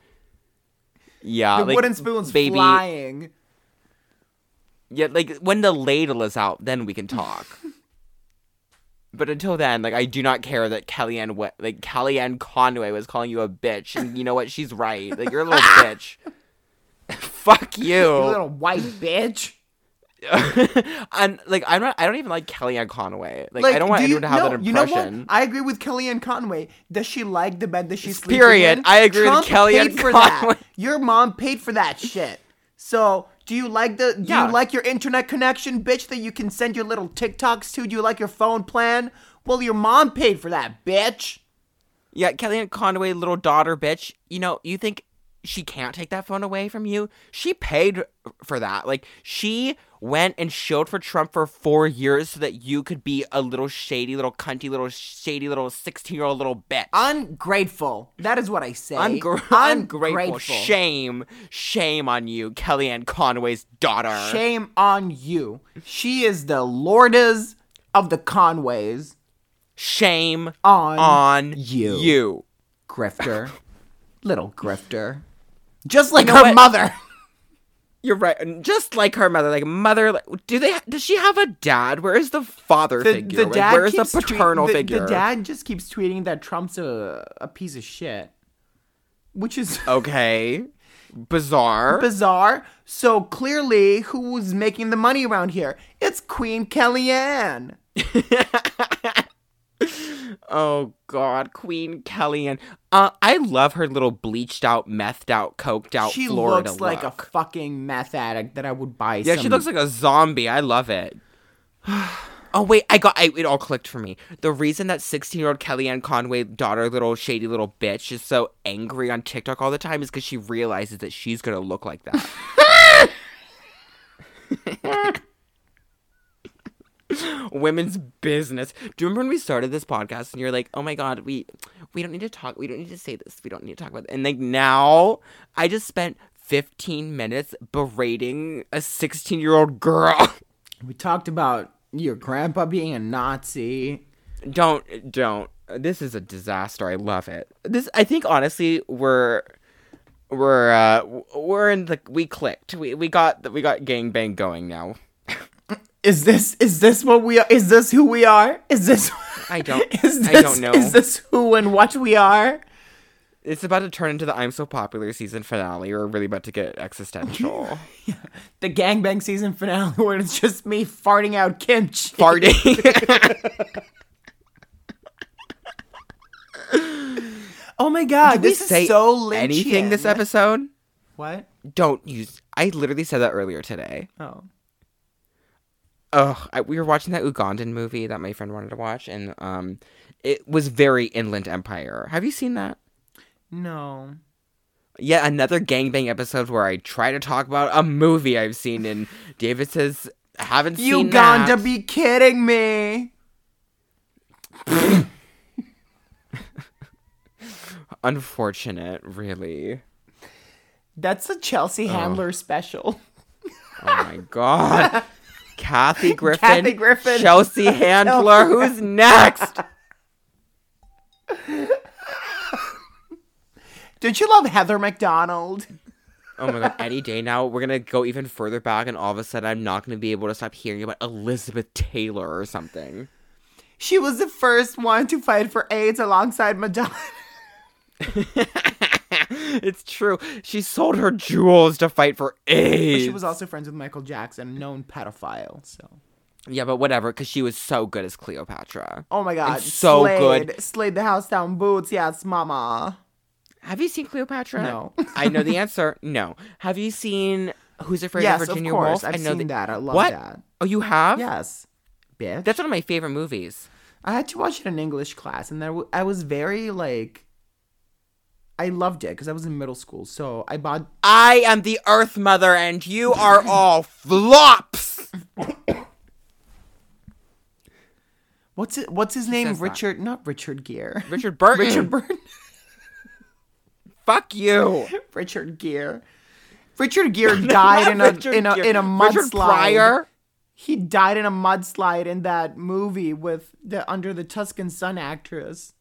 S1: Yeah,
S2: The
S1: like
S2: wooden spoon's
S1: baby.
S2: flying.
S1: Yeah, like when the ladle is out, then we can talk. but until then, like I do not care that Kellyanne, we- like Kellyanne Conway, was calling you a bitch, and you know what? She's right. Like you're a little bitch. Fuck
S2: You
S1: you.
S2: little white bitch.
S1: and like I'm not. I don't even like Kellyanne Conway. Like, I don't want
S2: do
S1: anyone to have
S2: no,
S1: that
S2: you know what?
S1: impression.
S2: I agree with Kellyanne Conway. Does she like the bed that she's sleeping
S1: Period.
S2: in?
S1: I agree with
S2: Trump
S1: Kellyanne
S2: paid for
S1: Conway.
S2: That. Your mom paid for that shit. So, do you like the? Do
S1: Yeah.
S2: you like your internet connection, bitch? That you can send your little TikToks to? Do you like your phone plan? Well, your mom paid for that, bitch.
S1: Yeah, Kellyanne Conway, little daughter, bitch. You know, you think she can't take that phone away from you? She paid for that. Like, she went and showed for Trump for four years so that you could be a little shady, little cunty, little shady, little 16 year old little bitch.
S2: Ungrateful. That is what I say.
S1: Ungra- ungrateful. Shame. Shame on you, Kellyanne Conway's daughter.
S2: Shame on you. She is the lordas of the Conways.
S1: Shame
S2: On
S1: on
S2: you.
S1: You.
S2: grifter, little grifter, just like
S1: know
S2: her
S1: what?
S2: mother.
S1: You're right. and Just like her mother, like mother, like, do they? Does she have a dad? Where is the father figure? Like, where is the
S2: keeps tweet-
S1: paternal
S2: the-
S1: figure?
S2: The dad just keeps tweeting that Trump's a a piece of shit, which is
S1: Okay, bizarre.
S2: bizarre. So clearly, who's making the money around here? It's Queen Kellyanne.
S1: oh God, Queen Kellyanne. Uh, I love her little bleached out, methed out, coked out
S2: She
S1: Oh, Florida
S2: looks like
S1: look.
S2: a fucking meth addict that I would buy.
S1: yeah, she looks like a zombie. I love it. Oh wait, I got I, it all clicked for me. The reason that 16-year-old Kellyanne Conway, daughter, little shady little bitch, is so angry on TikTok all the time is because she realizes that she's gonna look like that. women's business. Do you remember when we started this podcast and you're like, "Oh my god, we we don't need to talk. We don't need to say this. We don't need to talk about." It. And like now, I just spent 15 minutes berating a 16-year-old girl.
S2: we talked about your grandpa being a Nazi.
S1: don't don't. This is a disaster. I love it. This I think honestly we're we're uh w- we're in the we clicked. We we got the- we got gangbang going now.
S2: Is this is this what we are? Is this who we are? Is this?
S1: I don't-
S2: Is
S1: I
S2: this,
S1: don't know.
S2: Is this who and what we are?
S1: It's about to turn into the I'm so popular season finale. We're really about to get existential.
S2: The gangbang season finale, where it's just me farting out kimchi.
S1: farting.
S2: Oh my god, this
S1: Did we say
S2: is so Lynchian.
S1: anything this episode?
S2: What?
S1: Don't use. I literally said that earlier today.
S2: Oh,
S1: Ugh, I, we were watching that Ugandan movie that my friend wanted to watch, and um, it was very Inland Empire. Have you seen that?
S2: no.
S1: Yet another gangbang episode where I try to talk about a movie I've seen, and David says haven't seen that."
S2: Uganda, be kidding me.
S1: Unfortunate, really.
S2: That's a Chelsea Handler special.
S1: Oh my god. Kathy Griffin,
S2: Kathy Griffin.
S1: Chelsea Handler, who's next?
S2: Don't you love Heather McDonald?
S1: Oh my god, any day now we're gonna go even further back and all of a sudden I'm not gonna be able to stop hearing about Elizabeth Taylor or something.
S2: She was the first one to fight for AIDS alongside Madonna.
S1: it's true. She sold her jewels to fight for AIDS.
S2: She was also friends with Michael Jackson, known pedophile. So.
S1: yeah, but whatever, because she was so good as Cleopatra.
S2: Oh my god,
S1: so
S2: Slade,
S1: good.
S2: Slade the house down boots, yes, mama.
S1: Have you seen Cleopatra?
S2: No.
S1: I know the answer. No. Have you seen Who's Afraid
S2: Yes,
S1: of
S2: of
S1: Virginia Woolf?
S2: course. I've
S1: know
S2: seen that. I love
S1: what?
S2: that.
S1: Oh, you have?
S2: Yes, bitch.
S1: That's one of my favorite movies.
S2: I had to watch it in English class, and there w- I was very like, I loved it because I was in middle school. So I bought
S1: I am the Earth Mother, and you are all flops.
S2: what's it, what's his name?
S1: says that.
S2: Richard, not Richard Gere.
S1: Richard Burton.
S2: Richard Burton.
S1: Fuck you.
S2: Richard Gere. Richard Gere died in a
S1: Richard
S2: in a
S1: Gere.
S2: in a
S1: Richard
S2: mudslide.
S1: Pryor.
S2: He died in a mudslide in that movie with the under the Tuscan Sun actress.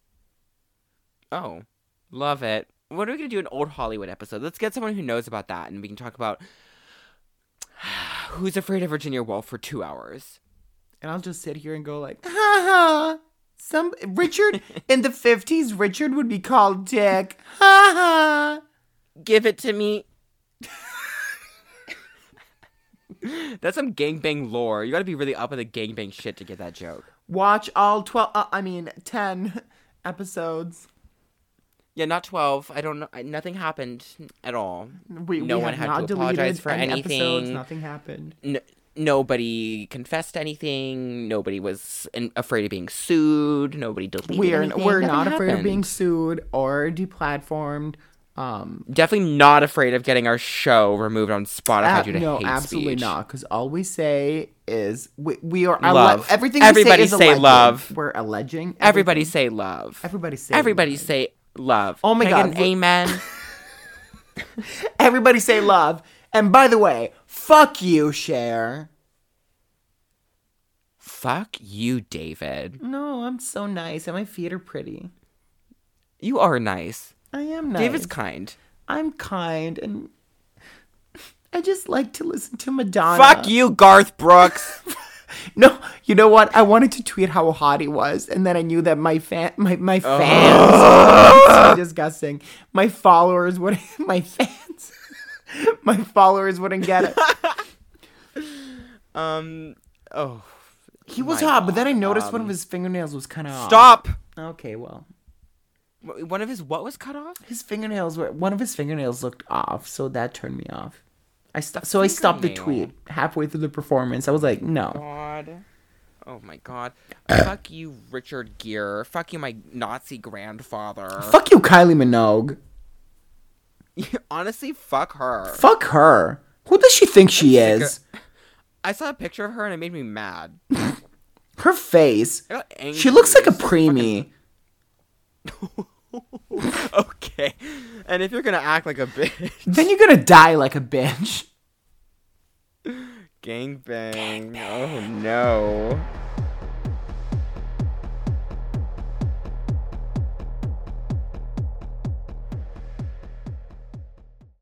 S1: Oh, love it. What are we gonna do? An old Hollywood episode. Let's get someone who knows about that, and we can talk about who's afraid of Virginia Woolf for two hours.
S2: And I'll just sit here and go like, ha ha. Some Richard in the fifties, Richard would be called Dick. Ha ha.
S1: Give it to me. That's some gangbang lore. You gotta be really up on the gangbang shit to get that joke.
S2: Watch all twelve. Uh, I mean, ten episodes.
S1: Yeah, not twelve. I don't know. I- Nothing happened at all.
S2: We,
S1: No
S2: we
S1: one
S2: have
S1: had
S2: not
S1: to
S2: deleted
S1: apologize for
S2: any episodes.
S1: anything.
S2: Nothing happened.
S1: N- nobody confessed to anything. Nobody was in- afraid of being sued. Nobody deleted
S2: We're
S1: anything.
S2: we're
S1: Nothing
S2: not afraid of
S1: happened.
S2: being sued or deplatformed. Um,
S1: definitely not afraid of getting our show removed on Spotify
S2: Ab-
S1: due to
S2: no,
S1: hate
S2: absolutely
S1: speech.
S2: not. Because all we say is we, we are alle-
S1: Love.
S2: everything.
S1: Everybody
S2: we say, is
S1: say
S2: alleging.
S1: love.
S2: We're alleging.
S1: Everybody say love.
S2: Everybody say.
S1: Everybody say love.
S2: Oh my
S1: Can I get
S2: God,
S1: an
S2: we-
S1: amen.
S2: Everybody say love. And by the way, fuck you, Cher.
S1: Fuck you, David.
S2: No, I'm so nice, and my feet are pretty.
S1: You are nice.
S2: I am nice.
S1: David's kind.
S2: I'm kind, and I just like to listen to Madonna.
S1: Fuck you, Garth Brooks.
S2: No, you know what? I wanted to tweet how hot he was, and then I knew that my fan, my my
S1: Oh.
S2: fans, so disgusting. My followers would, my fans, my followers wouldn't get it.
S1: um. Oh.
S2: He was
S1: My
S2: hot, but then I noticed one of his fingernails was kind of off.
S1: Stop.
S2: Okay, well,
S1: W- One of his what was cut off?
S2: his fingernails were one of his fingernails looked off, so that turned me off. I stopped. So I stopped the
S1: fingernail.
S2: tweet halfway through the performance. I was like, no.
S1: God. Oh my God. Fuck you, Richard Gere. Fuck you, my Nazi grandfather.
S2: Fuck you, Kylie Minogue.
S1: Honestly, fuck her.
S2: Fuck her. Who does she think she is?
S1: I saw a picture of her and it made me mad.
S2: Her face.
S1: I got angry.
S2: She looks like a
S1: It's
S2: preemie.
S1: fucking- okay. And if you're gonna act like a bitch,
S2: Then you're gonna die like a bitch.
S1: gangbang. Oh no.